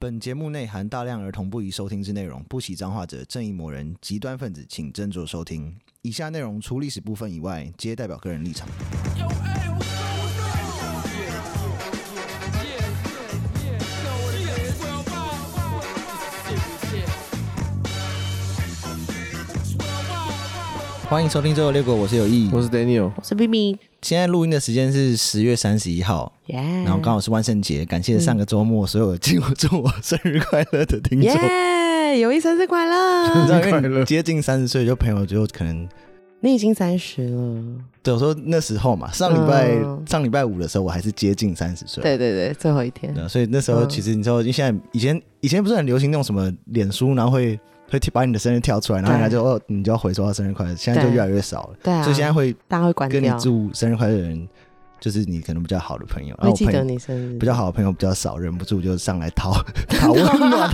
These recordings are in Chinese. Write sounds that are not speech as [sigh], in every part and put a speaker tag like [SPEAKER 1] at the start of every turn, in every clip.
[SPEAKER 1] 本节目内含大量儿童不宜收听之内容，不喜脏话者、正义魔人、极端分子，请斟酌收听。以下内容除历史部分以外，皆代表个人立场。欢迎收听《周游列国》，我是有意。
[SPEAKER 2] 我是 Daniel，
[SPEAKER 3] 我是 B B，
[SPEAKER 1] 现在录音的时间是十月三十一号，
[SPEAKER 3] 耶！
[SPEAKER 1] 然后刚好是万圣节，感谢上个周末所有祝我祝我生日快乐的听众。
[SPEAKER 3] 耶，有一生日
[SPEAKER 1] [laughs]
[SPEAKER 3] 快
[SPEAKER 1] 你知
[SPEAKER 3] 乐！
[SPEAKER 1] 道，因为
[SPEAKER 2] 快
[SPEAKER 1] 你
[SPEAKER 2] 乐
[SPEAKER 1] 接近三十岁，就朋友就可能
[SPEAKER 3] 你已经三十了，
[SPEAKER 1] 对我说那时候嘛，上礼拜、
[SPEAKER 3] 嗯
[SPEAKER 1] 上礼拜五的时候，我还是接近三十岁。
[SPEAKER 3] 对对对，最后一天
[SPEAKER 1] 对啊，所以那时候
[SPEAKER 3] 嗯
[SPEAKER 1] 其实你知道，因为现在以前以前不是很流行那种什么脸书，然后会会把你的生日跳出来，然后人家就哦你就要回说到生日快乐，现在就
[SPEAKER 3] 对
[SPEAKER 1] 越来越少了。
[SPEAKER 3] 对啊
[SPEAKER 1] 所以现在会
[SPEAKER 3] 大家会关
[SPEAKER 1] 跟你
[SPEAKER 3] 掉，
[SPEAKER 1] 祝生日快乐的人，就是你可能比较好的朋友，然后
[SPEAKER 3] 会
[SPEAKER 1] 我
[SPEAKER 3] 记
[SPEAKER 1] 朋
[SPEAKER 3] 得
[SPEAKER 1] 友
[SPEAKER 3] 你生日
[SPEAKER 1] 比。较好的朋友比较少，忍不住就上来讨讨温暖。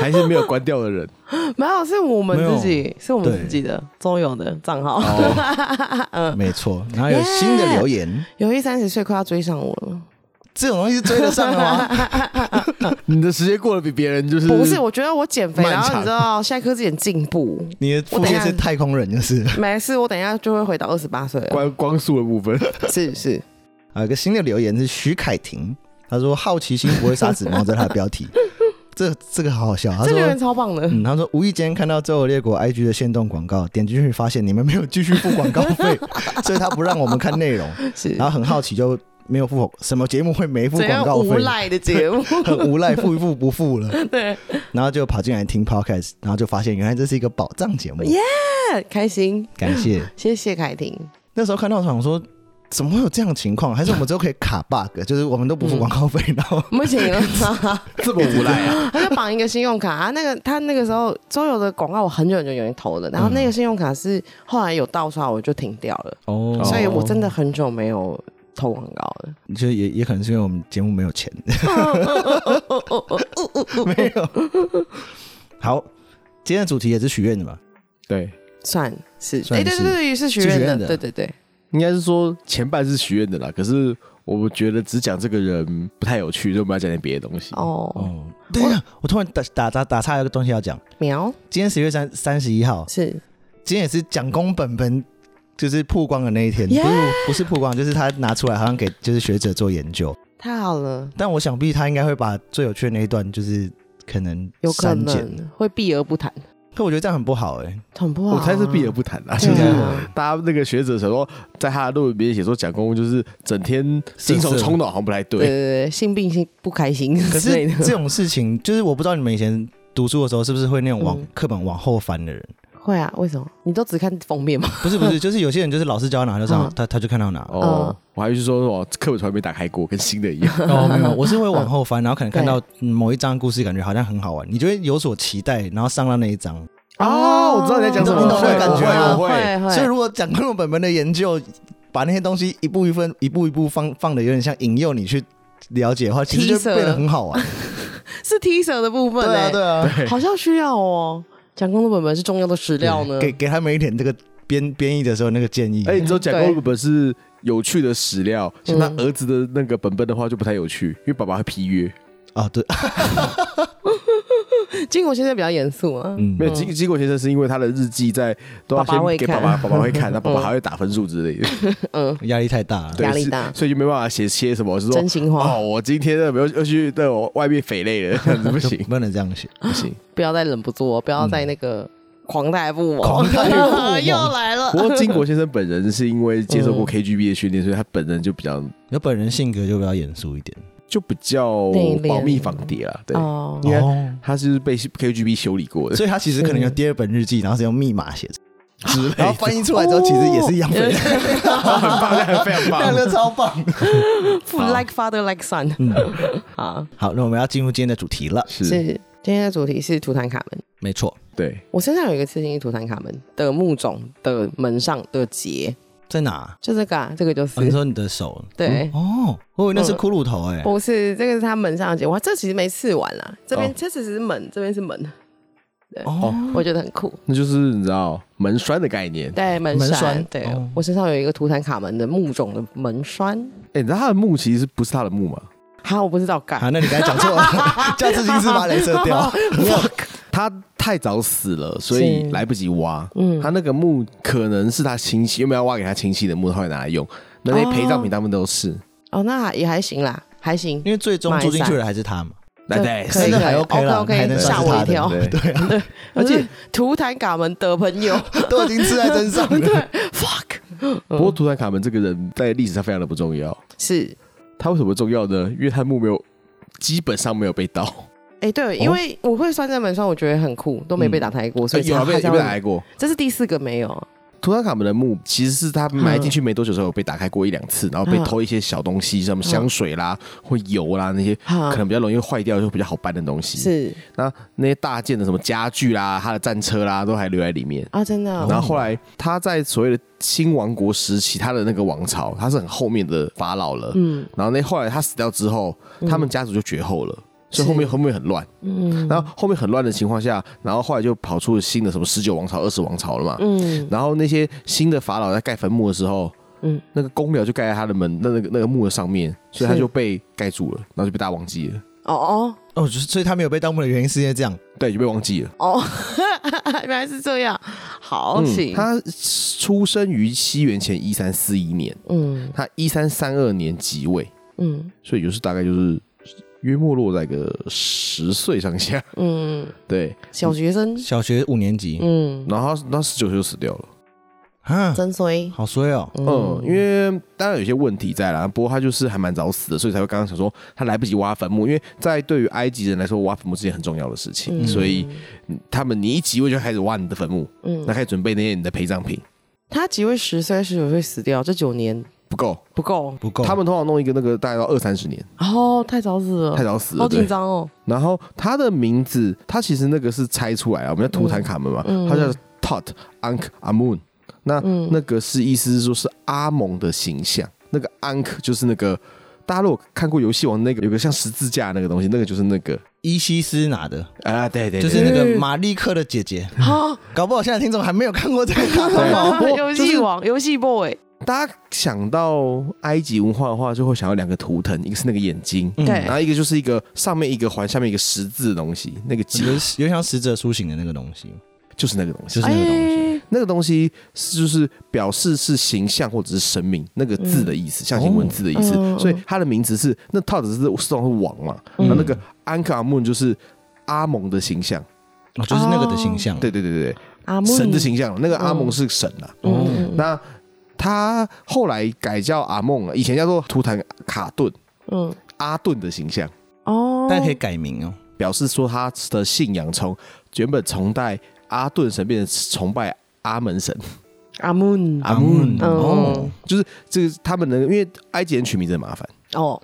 [SPEAKER 2] 还是没有关掉的人，
[SPEAKER 3] [laughs]
[SPEAKER 2] [laughs]
[SPEAKER 3] 没有，是我们
[SPEAKER 1] 没有
[SPEAKER 3] 自己，是我们
[SPEAKER 1] 对哦
[SPEAKER 3] 自己的周友的账号。 [laughs] 嗯，
[SPEAKER 1] 没错，然后有新的留
[SPEAKER 3] [laughs]
[SPEAKER 1] 言，
[SPEAKER 3] 友谊三十岁快要追上我了，
[SPEAKER 1] 这种东西是追得上的
[SPEAKER 3] [laughs]
[SPEAKER 1] 吗？
[SPEAKER 2] 你的时间过得比别人就是
[SPEAKER 3] 不是？我觉得我减肥，
[SPEAKER 1] 嗯漫
[SPEAKER 3] 然
[SPEAKER 1] 长
[SPEAKER 3] 后你知道现在科技很进步，
[SPEAKER 1] [laughs] 你的副业是太空人，就是。
[SPEAKER 3] 没事，我等一下就会回到二十八岁了。
[SPEAKER 2] 光光速的部
[SPEAKER 3] [laughs]
[SPEAKER 2] 分，
[SPEAKER 3] 是是，
[SPEAKER 1] 啊，有一个新的留言是徐凯婷，他说好奇心不会杀死猫，这是他的标题。这这个好好笑，他
[SPEAKER 3] 这留言
[SPEAKER 1] 说。
[SPEAKER 3] 超棒的。
[SPEAKER 1] 嗯，他说无意间看到《周游列国》IG 的限动广告，点进去发现你们没有继续付广告费， [laughs] 所以他不让我们看内容，
[SPEAKER 3] 是
[SPEAKER 1] 然后很好奇就没有付什么节目会没付
[SPEAKER 3] 怎
[SPEAKER 1] 广
[SPEAKER 3] 样
[SPEAKER 1] 告
[SPEAKER 3] 无
[SPEAKER 1] 费，
[SPEAKER 3] 赖的节
[SPEAKER 1] [laughs]
[SPEAKER 3] 目？
[SPEAKER 1] 很无赖，付一付不付了，
[SPEAKER 3] 对，
[SPEAKER 1] 然后就跑进来听 podcast，然后就发现原来这是一个宝藏节目，
[SPEAKER 3] 耶开心，
[SPEAKER 1] 感谢。
[SPEAKER 3] 谢谢凯婷。
[SPEAKER 1] 那时候看到想说怎么会有这样的情况，还是我们之后可以卡 bug，就是我们都不付广告费，然后
[SPEAKER 3] 不行 [laughs] 了，
[SPEAKER 2] 这么无赖啊！
[SPEAKER 3] 他就绑一个信用卡啊。那个他那个时候周游的广告，我很久很久以前投的，然后那个信用卡是后来有盗刷，我就停掉了，
[SPEAKER 1] 哦
[SPEAKER 2] 哦
[SPEAKER 3] 所以我真的很久没有投广告了。
[SPEAKER 1] 就也也可能是因为我们节目没有钱，
[SPEAKER 3] 哦
[SPEAKER 1] 没有。好，今天的主题也是许愿的嘛，
[SPEAKER 2] 对，
[SPEAKER 3] 算是，
[SPEAKER 1] 算
[SPEAKER 3] 哎，对
[SPEAKER 1] 是
[SPEAKER 3] 对对，是许
[SPEAKER 1] 是许愿
[SPEAKER 3] 愿
[SPEAKER 1] 的
[SPEAKER 3] 的，对对对，
[SPEAKER 2] 应该是说前半是许愿的啦，可是我觉得只讲这个人不太有趣，所以我们要讲点别的东西。
[SPEAKER 3] 哦，
[SPEAKER 1] 哦，对呀，我突然打打打打岔，有个东西要讲。
[SPEAKER 3] 苗
[SPEAKER 1] 今天十月三三十一号，
[SPEAKER 3] 是
[SPEAKER 1] 今天也是蒋公本本就是曝光的那一天，不
[SPEAKER 3] Yeah
[SPEAKER 1] 是不是曝光，就是他拿出来好像给就是学者做研究。
[SPEAKER 3] 太好了，
[SPEAKER 1] 但我想必他应该会把最有趣的那一段就是可能
[SPEAKER 3] 有可
[SPEAKER 1] 删减，
[SPEAKER 3] 能会避而不谈，
[SPEAKER 1] 可我觉得这样很不好哎。
[SPEAKER 3] 很不好
[SPEAKER 2] 我
[SPEAKER 3] 啊。
[SPEAKER 2] 猜是避而不谈啦，
[SPEAKER 3] 对
[SPEAKER 2] 就
[SPEAKER 3] 啊
[SPEAKER 2] 是大家那个学者想说，在他的论文里面写说，蒋公就是整天精神冲脑，好像不太
[SPEAKER 3] 对对
[SPEAKER 2] 对。
[SPEAKER 3] 对，性病性不开心
[SPEAKER 1] 可
[SPEAKER 3] 之类
[SPEAKER 1] 是
[SPEAKER 3] 的，
[SPEAKER 1] 这种事情，就是我不知道你们以前读书的时候是不是会那种往
[SPEAKER 3] 嗯
[SPEAKER 1] 课本往后翻的人？
[SPEAKER 3] 会啊？为什么？你都只看封面吗？
[SPEAKER 1] 不是不
[SPEAKER 3] [laughs]
[SPEAKER 1] 是，就是有些人就是老师教到哪就上，
[SPEAKER 3] 嗯
[SPEAKER 1] 他他就看到哪。
[SPEAKER 2] 哦
[SPEAKER 3] 嗯，
[SPEAKER 2] 我还是说哦，课本从来没打开过，跟新的一样。
[SPEAKER 1] 哦，没有，我是会往后翻，然后可能看到嗯某一章故事，感觉好像很好玩，你就会有所期待，然后上到那一章。
[SPEAKER 2] 哦我知道你在讲
[SPEAKER 1] 什么你懂那个感觉吗
[SPEAKER 3] 啊
[SPEAKER 2] 我会
[SPEAKER 3] 会会，
[SPEAKER 1] 所以如果讲课本本的研究，把那些东西一步 [laughs] 一分、一步一步放放的有点像引诱你去了解的话，其实就
[SPEAKER 3] 提色
[SPEAKER 1] 变得很好
[SPEAKER 3] [laughs]
[SPEAKER 1] 玩。
[SPEAKER 3] 是 T 恤的部分、
[SPEAKER 1] 对啊，
[SPEAKER 3] 欸，
[SPEAKER 1] 对啊，
[SPEAKER 3] 好像需要哦。讲公的本本是重要的史料呢，
[SPEAKER 1] 给给他们一点这个编编译的时候那个建议。
[SPEAKER 2] 哎，你知道蒋
[SPEAKER 3] 对嗯
[SPEAKER 2] 公本本是有趣的史料，像他儿子的那个本本的话就不太有趣，因为爸爸会批阅。
[SPEAKER 3] 嗯
[SPEAKER 1] 哦，对，
[SPEAKER 3] 金国先生比较严肃啊。
[SPEAKER 1] 嗯
[SPEAKER 2] 没，有金金国先生是因为他的日记在都要
[SPEAKER 3] 爸爸会
[SPEAKER 2] 先给爸爸，
[SPEAKER 3] 看嗯
[SPEAKER 2] 爸爸会
[SPEAKER 3] [laughs]
[SPEAKER 2] 看，那爸爸还会打分数之类的，
[SPEAKER 1] 压力太大了。
[SPEAKER 2] 对
[SPEAKER 3] 压力
[SPEAKER 2] 是
[SPEAKER 3] 大
[SPEAKER 2] 所以就没办法写些什么，是说
[SPEAKER 3] 真心话
[SPEAKER 2] 哦，我今天的又又去在我外面匪类了，这样子不
[SPEAKER 3] [laughs]
[SPEAKER 2] 行
[SPEAKER 1] 不能这样写。
[SPEAKER 2] 不行。
[SPEAKER 3] 不要再忍不住哦，不要再那个狂带父母，
[SPEAKER 1] 嗯狂带父母
[SPEAKER 3] [laughs] 又来了
[SPEAKER 2] 不。过金国先生本人是因为接受
[SPEAKER 3] 嗯
[SPEAKER 2] 过 KGB 的训练，所以他本人就比较
[SPEAKER 1] 有本人性格就比较严肃一点。
[SPEAKER 2] 就比较
[SPEAKER 3] 内敛
[SPEAKER 2] 保密防谍啦，对，
[SPEAKER 3] 哦，
[SPEAKER 2] 因为
[SPEAKER 1] 哦，
[SPEAKER 2] 他是被 KGB 修理过的，
[SPEAKER 1] 所以他其实可能有
[SPEAKER 3] 是
[SPEAKER 1] 第二本日记，然后是用密码 [laughs] 写的，
[SPEAKER 2] 之类
[SPEAKER 1] 然后
[SPEAKER 2] 的，
[SPEAKER 1] 翻译出来之后，其实也是一样的，[laughs]
[SPEAKER 3] [laughs]
[SPEAKER 2] 很棒，这 [laughs] 样非常
[SPEAKER 1] 两
[SPEAKER 2] 棒。
[SPEAKER 1] 个超棒。
[SPEAKER 3] 父 like father like son 啊，
[SPEAKER 1] 好，那我们要进入今天的主题了。
[SPEAKER 2] 是，
[SPEAKER 3] 是今天的主题是图坦卡门。
[SPEAKER 1] 没错，
[SPEAKER 2] 对，
[SPEAKER 3] 我身上有一个刺青，是图坦卡门的墓冢的门上的结，
[SPEAKER 1] 在哪？
[SPEAKER 3] 就这个啊，这个就
[SPEAKER 1] 哦你
[SPEAKER 3] 是
[SPEAKER 1] 说你的手？
[SPEAKER 3] 对。
[SPEAKER 1] 哦，我以为那是骷髅头哎。
[SPEAKER 3] 不是，这个是他门上的结，哇，这其实没刺完啦，这边、
[SPEAKER 1] 哦
[SPEAKER 3] 这只是门，这边是门，
[SPEAKER 1] 哦，
[SPEAKER 3] 我觉得很酷。
[SPEAKER 2] 那就是你知道门栓的概念。
[SPEAKER 3] 对，门
[SPEAKER 1] 门
[SPEAKER 3] 栓，
[SPEAKER 1] 栓
[SPEAKER 3] 对、
[SPEAKER 1] 哦
[SPEAKER 3] 我身上有一个图坦卡门的木种的门栓，
[SPEAKER 2] 哎，你知道他的墓其实不是他的墓吗？
[SPEAKER 3] 哈，我不知道
[SPEAKER 1] 好，
[SPEAKER 3] 干，
[SPEAKER 1] 啊那你刚才讲错 [laughs] 了，叫自己是把镭射 [laughs] 掉。
[SPEAKER 2] 没有，他太早死了，所以
[SPEAKER 3] 是
[SPEAKER 2] 来不及挖。
[SPEAKER 3] 嗯
[SPEAKER 2] 他那个墓可能是他亲戚，因为要挖给他亲戚的墓，他会拿来用。那些陪葬品他们都是，
[SPEAKER 3] 哦，那还也还行啦，还行
[SPEAKER 2] 嗯
[SPEAKER 1] 因，为最终住进去的还是他 [laughs] 嘛，
[SPEAKER 2] 来对，
[SPEAKER 3] 可以
[SPEAKER 1] 真
[SPEAKER 2] 是
[SPEAKER 1] 的还
[SPEAKER 3] 可以
[SPEAKER 1] OK 啦
[SPEAKER 3] OK，OK，
[SPEAKER 1] 还能算
[SPEAKER 3] 吓
[SPEAKER 1] 是
[SPEAKER 3] 我
[SPEAKER 1] 他
[SPEAKER 3] 一跳
[SPEAKER 1] 的，对啊，
[SPEAKER 3] 而且图坦卡门的朋
[SPEAKER 2] [laughs]
[SPEAKER 3] 友
[SPEAKER 1] 都已经刺在身上了。
[SPEAKER 3] ，fuck，
[SPEAKER 2] 不过图坦卡门这个人在历史上非常的不重要，
[SPEAKER 3] 是，
[SPEAKER 2] 他为什么重要呢？因为他墓没有，基本上没有被盗，
[SPEAKER 3] 哎，
[SPEAKER 2] 哦
[SPEAKER 3] 对，因为我会算这本书，我觉得很酷，都没被打开过，所以
[SPEAKER 2] 有啊
[SPEAKER 3] 才
[SPEAKER 2] 被
[SPEAKER 3] 才
[SPEAKER 2] 有
[SPEAKER 3] 会
[SPEAKER 2] 被打开过。
[SPEAKER 3] 这是第四个没有，
[SPEAKER 2] 图坦卡门的墓其实是他埋进去没多久的时候有被打开过一两次，然后被
[SPEAKER 3] 嗯
[SPEAKER 2] 偷一些小东西，什么香水啦、或油啦那些，
[SPEAKER 3] 哈
[SPEAKER 2] 可能比较容易坏掉，就比较好搬的东西。
[SPEAKER 3] 嗯是
[SPEAKER 2] 那那些大件的什么家具啦、他的战车啦，都还留在里面。
[SPEAKER 3] 啊，真的
[SPEAKER 2] 然
[SPEAKER 3] 哦，
[SPEAKER 2] 后后来他在所谓的新王国时期，他的那个王朝，他是很后面的法老了。
[SPEAKER 3] 嗯
[SPEAKER 2] 然后那后来他死掉之后，他们家族就绝后了。所以
[SPEAKER 3] 是
[SPEAKER 2] 后面后面很乱，
[SPEAKER 3] 嗯
[SPEAKER 2] 然后后面很乱的情况下，然后后来就跑出了新的什么十九王朝、二十王朝了嘛。
[SPEAKER 3] 嗯
[SPEAKER 2] 然后那些新的法老在盖坟墓的时候，嗯
[SPEAKER 3] 嗯，
[SPEAKER 2] 那个公寮就盖在他的门那那个那个墓的上面，所以他
[SPEAKER 3] 是
[SPEAKER 2] 就被盖住了，然后就被大家忘记了。
[SPEAKER 3] 哦哦
[SPEAKER 1] [laughs] 哦，就是所以他没有被盗墓的原因是因为这样，
[SPEAKER 2] 对，就被忘记了。
[SPEAKER 3] 哦， [laughs] 原来是这样，好
[SPEAKER 2] 嗯，
[SPEAKER 3] 行，
[SPEAKER 2] 他出生于西元前一三四一年，
[SPEAKER 3] 嗯
[SPEAKER 2] 他一三三二年即位，
[SPEAKER 3] 嗯
[SPEAKER 2] 所以就是大概就是约莫落在个十岁上下。
[SPEAKER 3] 嗯，
[SPEAKER 2] 对，
[SPEAKER 3] 小学生，
[SPEAKER 1] 小学五年级
[SPEAKER 3] 嗯，
[SPEAKER 2] 然后他他十九岁就死掉了。
[SPEAKER 1] 啊，
[SPEAKER 3] 真衰，
[SPEAKER 1] 好衰哦。
[SPEAKER 2] 嗯，因为当然有些问题在啦，不过他就是还蛮早死的，所以才会刚刚想说他来不及挖坟墓，因为在对于埃及人来说，挖坟墓是件很重要的事情，
[SPEAKER 3] 嗯
[SPEAKER 2] 所以他们你一即位就开始挖你的坟墓，
[SPEAKER 3] 嗯
[SPEAKER 2] 那，开始准备那些你的陪葬品，
[SPEAKER 3] 他几位十岁、十九岁死掉，这九年
[SPEAKER 2] 不够，
[SPEAKER 3] 不够，
[SPEAKER 1] 不够，
[SPEAKER 2] 他们通常弄一个那个大概到二三十年，
[SPEAKER 3] 然后太早死了
[SPEAKER 2] 太，早死了，
[SPEAKER 3] 好
[SPEAKER 2] 对
[SPEAKER 3] 紧。张哦。
[SPEAKER 2] 然后他的名字，他其实那个是猜出来啊，我们叫图坦卡门嘛，
[SPEAKER 3] 嗯嗯
[SPEAKER 2] 他叫 Tut Ankh Amun。那、
[SPEAKER 3] 嗯
[SPEAKER 2] 那个是意思是说是阿蒙的形象，那个 Ankh 就是那个大家如果看过游戏王那个有个像十字架那个东西，那个就是那个
[SPEAKER 1] 伊西斯拿的，
[SPEAKER 2] 啊，对对对，
[SPEAKER 1] 就是那个
[SPEAKER 3] 对
[SPEAKER 1] 玛丽克的姐姐。
[SPEAKER 3] 啊，
[SPEAKER 1] 搞不好现在听众还没有看过这个大头
[SPEAKER 2] 对哦
[SPEAKER 1] 毛。
[SPEAKER 2] 不过
[SPEAKER 3] 游
[SPEAKER 2] 就是
[SPEAKER 3] 戏王、游戏 boy，
[SPEAKER 2] 大家想到埃及文化的话，就会想到两个图腾，一个是那个眼睛，
[SPEAKER 1] 嗯
[SPEAKER 3] 对
[SPEAKER 2] 然后一个就是一个上面一个环，下面一个十字的东西，那个
[SPEAKER 1] 有
[SPEAKER 2] 结
[SPEAKER 1] 点有点像死者苏醒的那个东西，
[SPEAKER 2] 就是那个东西
[SPEAKER 1] 就。是那个东西。
[SPEAKER 3] 哎，
[SPEAKER 2] 那个东西是就是表示是形象或者是神明那个字的意
[SPEAKER 3] 嗯
[SPEAKER 2] 思，象形文字的意思，
[SPEAKER 3] 嗯嗯嗯
[SPEAKER 2] 所以它的名字是那套子是是是王嘛，
[SPEAKER 3] 嗯
[SPEAKER 2] 然后那个安克阿木就是阿蒙的形象，
[SPEAKER 1] 哦，就是那个的形象。
[SPEAKER 2] 对对对对
[SPEAKER 3] 阿
[SPEAKER 2] 对，
[SPEAKER 3] 木
[SPEAKER 2] 神的形象，那个阿蒙
[SPEAKER 3] 嗯
[SPEAKER 2] 是神啊，
[SPEAKER 3] 嗯
[SPEAKER 2] 那他后来改叫阿梦了，以前叫做图坦卡顿
[SPEAKER 3] 嗯
[SPEAKER 2] 阿顿的形象，
[SPEAKER 3] 哦，
[SPEAKER 1] 但可以改名哦。
[SPEAKER 2] 表示说他的信仰从原本崇拜阿顿神变成崇拜阿门神。 [laughs]
[SPEAKER 3] 阿木
[SPEAKER 2] 阿蒙
[SPEAKER 1] 嗯哦，
[SPEAKER 2] 就是这个他们能，因为埃及人取名字很麻烦，
[SPEAKER 3] 哦，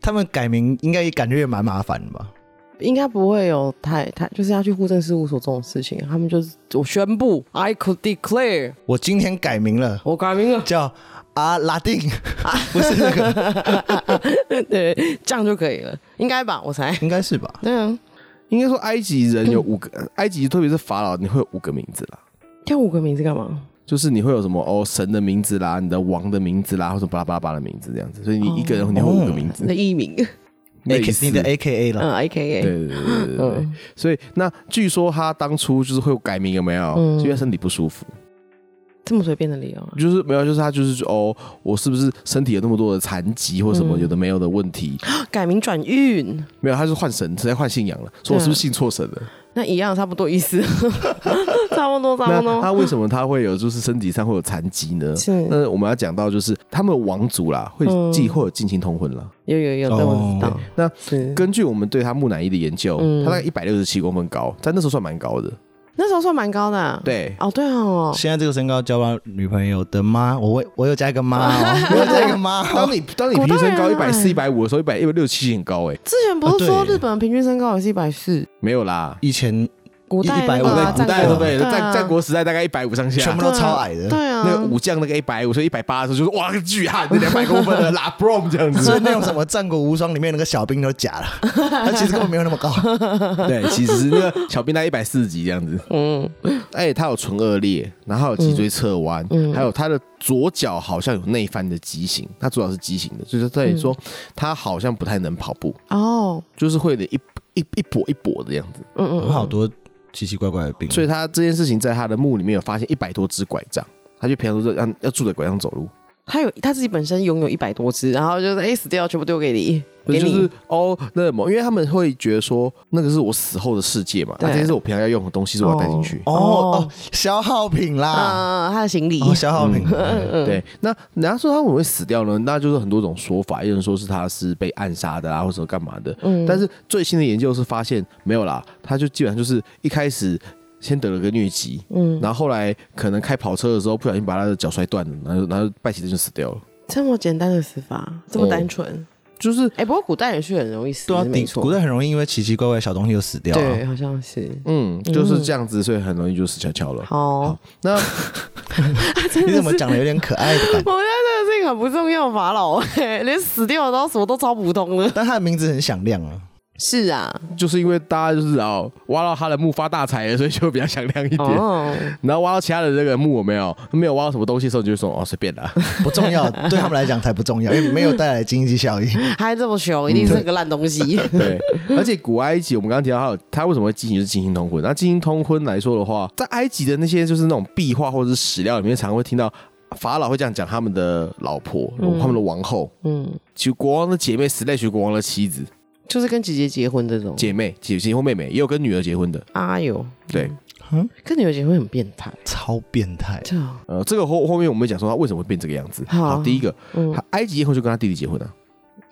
[SPEAKER 1] 他们改名应该也感觉也蛮麻烦的吧？
[SPEAKER 3] 应该不会有太太，就是要去户政事务所这种事情，他们就是我宣布，I could declare，
[SPEAKER 1] 我今天改名了，
[SPEAKER 3] 我改名了，
[SPEAKER 1] 叫阿拉丁， [laughs] 不是那个，
[SPEAKER 3] [laughs] 对，这样就可以了，应该吧，我猜，
[SPEAKER 1] 应该是吧？
[SPEAKER 3] 对啊，
[SPEAKER 2] 应该说埃及人有五个，埃及特别是法老，你会有五个名字啦，
[SPEAKER 3] 要五个名字干嘛？
[SPEAKER 2] 就是你会有什么哦神的名字啦，你的王的名字啦，或者巴拉巴拉巴拉的名字这样子，所以你一个人
[SPEAKER 3] 哦
[SPEAKER 2] 你会有五个名字
[SPEAKER 3] 你，的艺名，
[SPEAKER 1] A
[SPEAKER 2] 类
[SPEAKER 1] K
[SPEAKER 2] 似
[SPEAKER 1] 你的 A K A 了，
[SPEAKER 3] 嗯，I
[SPEAKER 2] 对
[SPEAKER 3] K A，
[SPEAKER 2] 对对对对对。
[SPEAKER 3] 嗯
[SPEAKER 2] 所以那据说他当初就是会改名有没有？
[SPEAKER 3] 嗯
[SPEAKER 2] 是因为身体不舒服，
[SPEAKER 3] 这么随便的理由啊， [gasps]
[SPEAKER 2] 就是没有，就是他就是哦，我是不是身体有那么多的残疾或什么
[SPEAKER 3] 嗯
[SPEAKER 2] 有的没有的问题？
[SPEAKER 3] 改名转运，
[SPEAKER 2] 没有，他是换神，直接换信仰了，说我是
[SPEAKER 3] 嗯
[SPEAKER 2] 不是信错神了？
[SPEAKER 3] 那一样差不多
[SPEAKER 2] [laughs]
[SPEAKER 3] 意思，差不多差
[SPEAKER 2] 那
[SPEAKER 3] 不多，
[SPEAKER 2] 他为什么他会有就是身体上会有残疾呢？
[SPEAKER 3] 是
[SPEAKER 2] 那我们要讲到就是他们王族啦，会
[SPEAKER 3] 嗯
[SPEAKER 2] 既会有近亲通婚啦。
[SPEAKER 3] 有有
[SPEAKER 2] 哦
[SPEAKER 3] 有，这我
[SPEAKER 1] 哦
[SPEAKER 3] 知道，
[SPEAKER 2] 那
[SPEAKER 3] 是
[SPEAKER 2] 根据我们对他木乃伊的研究，
[SPEAKER 3] 嗯
[SPEAKER 2] 他大概一百六十七公分高，在那时候算蛮高的。
[SPEAKER 3] 那时候算蛮高的啊，
[SPEAKER 2] 对，
[SPEAKER 3] 哦对哦，
[SPEAKER 1] 现在这个身高交到女朋友的妈，我 [laughs] 会我有加一个妈 [laughs] 哦，我有加一个妈哦。
[SPEAKER 2] 当你当你平均身高一
[SPEAKER 3] 古代
[SPEAKER 2] 百
[SPEAKER 3] 人
[SPEAKER 2] 四、一百五的时候，一百一百六七很高哎、
[SPEAKER 3] 之前不是
[SPEAKER 1] 啊
[SPEAKER 3] 说
[SPEAKER 1] 对
[SPEAKER 3] 日本的平均身高也是一百四，
[SPEAKER 2] 没有啦，
[SPEAKER 1] 以前
[SPEAKER 3] 古代那
[SPEAKER 1] 150
[SPEAKER 3] 个啊
[SPEAKER 1] 古代
[SPEAKER 2] 古代
[SPEAKER 1] 战
[SPEAKER 2] 对
[SPEAKER 1] 国
[SPEAKER 2] 不对？
[SPEAKER 3] 啊
[SPEAKER 2] 战战国时代大概一百五上下
[SPEAKER 1] 全部，都超矮的。
[SPEAKER 3] 对啊，
[SPEAKER 2] 那个武将那个一百五，所以一百八的时候就是哇，巨汉，两百公分的拉 brom 这样
[SPEAKER 1] 所以
[SPEAKER 3] [laughs]
[SPEAKER 2] 子。
[SPEAKER 1] 那种什么《战国无双》里面那个小兵都假了， [laughs] 他其实根本没有那么高。
[SPEAKER 2] 对，其实是那个小兵大概一百四十级这样子。
[SPEAKER 3] 嗯，
[SPEAKER 2] 哎，他有唇腭裂，然后还有脊椎侧弯，
[SPEAKER 3] 嗯
[SPEAKER 2] 还有他的左脚好像有内翻的畸形，他左脚是畸形的，就是在于说他好像不太能跑步，
[SPEAKER 3] 哦，
[SPEAKER 2] 就是会有点一一一跛一跛的样子。
[SPEAKER 3] 嗯嗯，嗯
[SPEAKER 1] 好多奇奇怪怪的病，
[SPEAKER 2] 所以他这件事情在他的墓里面有发现一百多只拐杖，他就平常都是要要拄着拐杖走路。
[SPEAKER 3] 他有他自己本身拥有一百多只，然后就是哎、死掉全部丢给你，
[SPEAKER 2] 不
[SPEAKER 3] 给
[SPEAKER 2] 是就
[SPEAKER 3] 你，
[SPEAKER 2] 是哦，那什么，因为他们会觉得说，那个是我死后的世界嘛，那、
[SPEAKER 3] 对
[SPEAKER 2] 这些是我平常要用的东西，是我要带进去。
[SPEAKER 1] 哦哦，消耗品啦，
[SPEAKER 3] 啊，他的行李，
[SPEAKER 1] 哦，消耗品。
[SPEAKER 3] 嗯
[SPEAKER 2] 对，那人家说他怎么会死掉呢？那就是很多种说法，有人说是他是被暗杀的啊，或者干嘛的。
[SPEAKER 3] 嗯
[SPEAKER 2] 但是最新的研究是发现没有啦，他就基本上就是一开始先得了个疟疾，
[SPEAKER 3] 嗯，
[SPEAKER 2] 然后后来可能开跑车的时候不小心把他的脚摔断了，然后然后拜奇的就死掉了。
[SPEAKER 3] 这么简单的死法，这么单纯，哎、
[SPEAKER 2] 就是
[SPEAKER 3] 不过古代人是很容易死，
[SPEAKER 1] 对啊
[SPEAKER 3] 是，没
[SPEAKER 1] 你
[SPEAKER 3] 错，
[SPEAKER 1] 古代很容易因为奇奇怪怪的小东西就死掉啊。
[SPEAKER 3] 对，好像是，
[SPEAKER 2] 嗯，就是这样子，所以很容易就死翘翘了。
[SPEAKER 3] 好，
[SPEAKER 2] 那
[SPEAKER 3] 真
[SPEAKER 1] 你怎
[SPEAKER 3] 的是，
[SPEAKER 1] 么讲的有点可爱的感觉？
[SPEAKER 3] 我觉得这个很不重要，法老、 [laughs] 哎连死掉的都什么都超普通的，
[SPEAKER 1] [laughs] 但他的名字很响亮啊，
[SPEAKER 3] 是啊，
[SPEAKER 2] 就是因为大家就是哦挖到他的墓发大财了，所以就比较响亮一点。
[SPEAKER 3] 哦，
[SPEAKER 2] 然后挖到其他的这个墓有没有没有挖到什么东西的时候，你就说哦随便啦。
[SPEAKER 1] 不重 [laughs] 要，对他们来讲才不重要，因为没有带来经济效益。
[SPEAKER 3] 还这么穷，一定是个烂东西，
[SPEAKER 2] [laughs] 对，而且古埃及我们刚刚提到它有它为什么会进行就是金星通婚？那金星通婚来说的话，在埃及的那些就是那种壁画或者是史料里面，常会听到啊法老会这样讲他们的老婆、
[SPEAKER 3] 嗯
[SPEAKER 2] 他们的王后。
[SPEAKER 3] 嗯，
[SPEAKER 2] 其实国王的姐妹，时代学国王的妻子、
[SPEAKER 3] 就是跟姐姐结婚这种，
[SPEAKER 2] 姐妹、姐姐或妹妹，也有跟女儿结婚的。
[SPEAKER 3] 哎呦，
[SPEAKER 2] 对，
[SPEAKER 1] 嗯，
[SPEAKER 3] 跟女儿结婚很变态，
[SPEAKER 1] 超变态。
[SPEAKER 3] 这样，
[SPEAKER 2] 呃，这个后后面我们会讲说他为什么会变这个样子。
[SPEAKER 3] 好
[SPEAKER 2] 第一个，
[SPEAKER 3] 嗯
[SPEAKER 2] 他，埃及艳后就跟他弟弟结婚啊，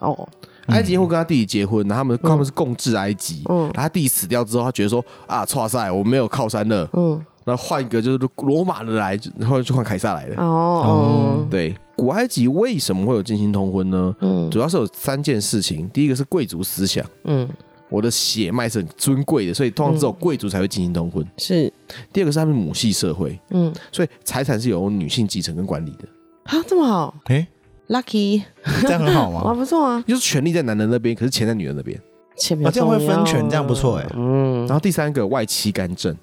[SPEAKER 3] 哦，
[SPEAKER 1] 嗯
[SPEAKER 2] 埃及艳后跟他弟弟结婚，然后他们他们
[SPEAKER 3] 嗯
[SPEAKER 2] 是共治埃及。
[SPEAKER 3] 嗯
[SPEAKER 2] 然后他弟弟死掉之后，他觉得说啊，错赛，我没有靠山了，
[SPEAKER 3] 嗯，
[SPEAKER 2] 那换一个就是罗马的来，就然后就换凯撒来
[SPEAKER 1] 嗯
[SPEAKER 2] 了。
[SPEAKER 3] 哦，哦，
[SPEAKER 2] 对，古埃及为什么会有近亲通婚呢？
[SPEAKER 3] 嗯
[SPEAKER 2] 主要是有三件事情，第一个是贵族思想，
[SPEAKER 3] 嗯，
[SPEAKER 2] 我的血脉是很尊贵的，所以通常只有贵族才会近亲通婚。
[SPEAKER 1] 嗯
[SPEAKER 3] 是，
[SPEAKER 2] 第二个是他们母系社会，
[SPEAKER 3] 嗯，
[SPEAKER 2] 所以财产是由女性继承跟管理的，
[SPEAKER 3] 啊，这么好
[SPEAKER 1] 哎，
[SPEAKER 3] ，lucky，
[SPEAKER 1] 这样很好吗
[SPEAKER 3] 哇，？不错啊，
[SPEAKER 2] 就是权力在男人那边，可是钱在女人那边。
[SPEAKER 3] 钱比较
[SPEAKER 1] 啊这样会分
[SPEAKER 3] 重要
[SPEAKER 1] 权这样不错欸
[SPEAKER 3] 嗯
[SPEAKER 2] 然后第三个外戚干政，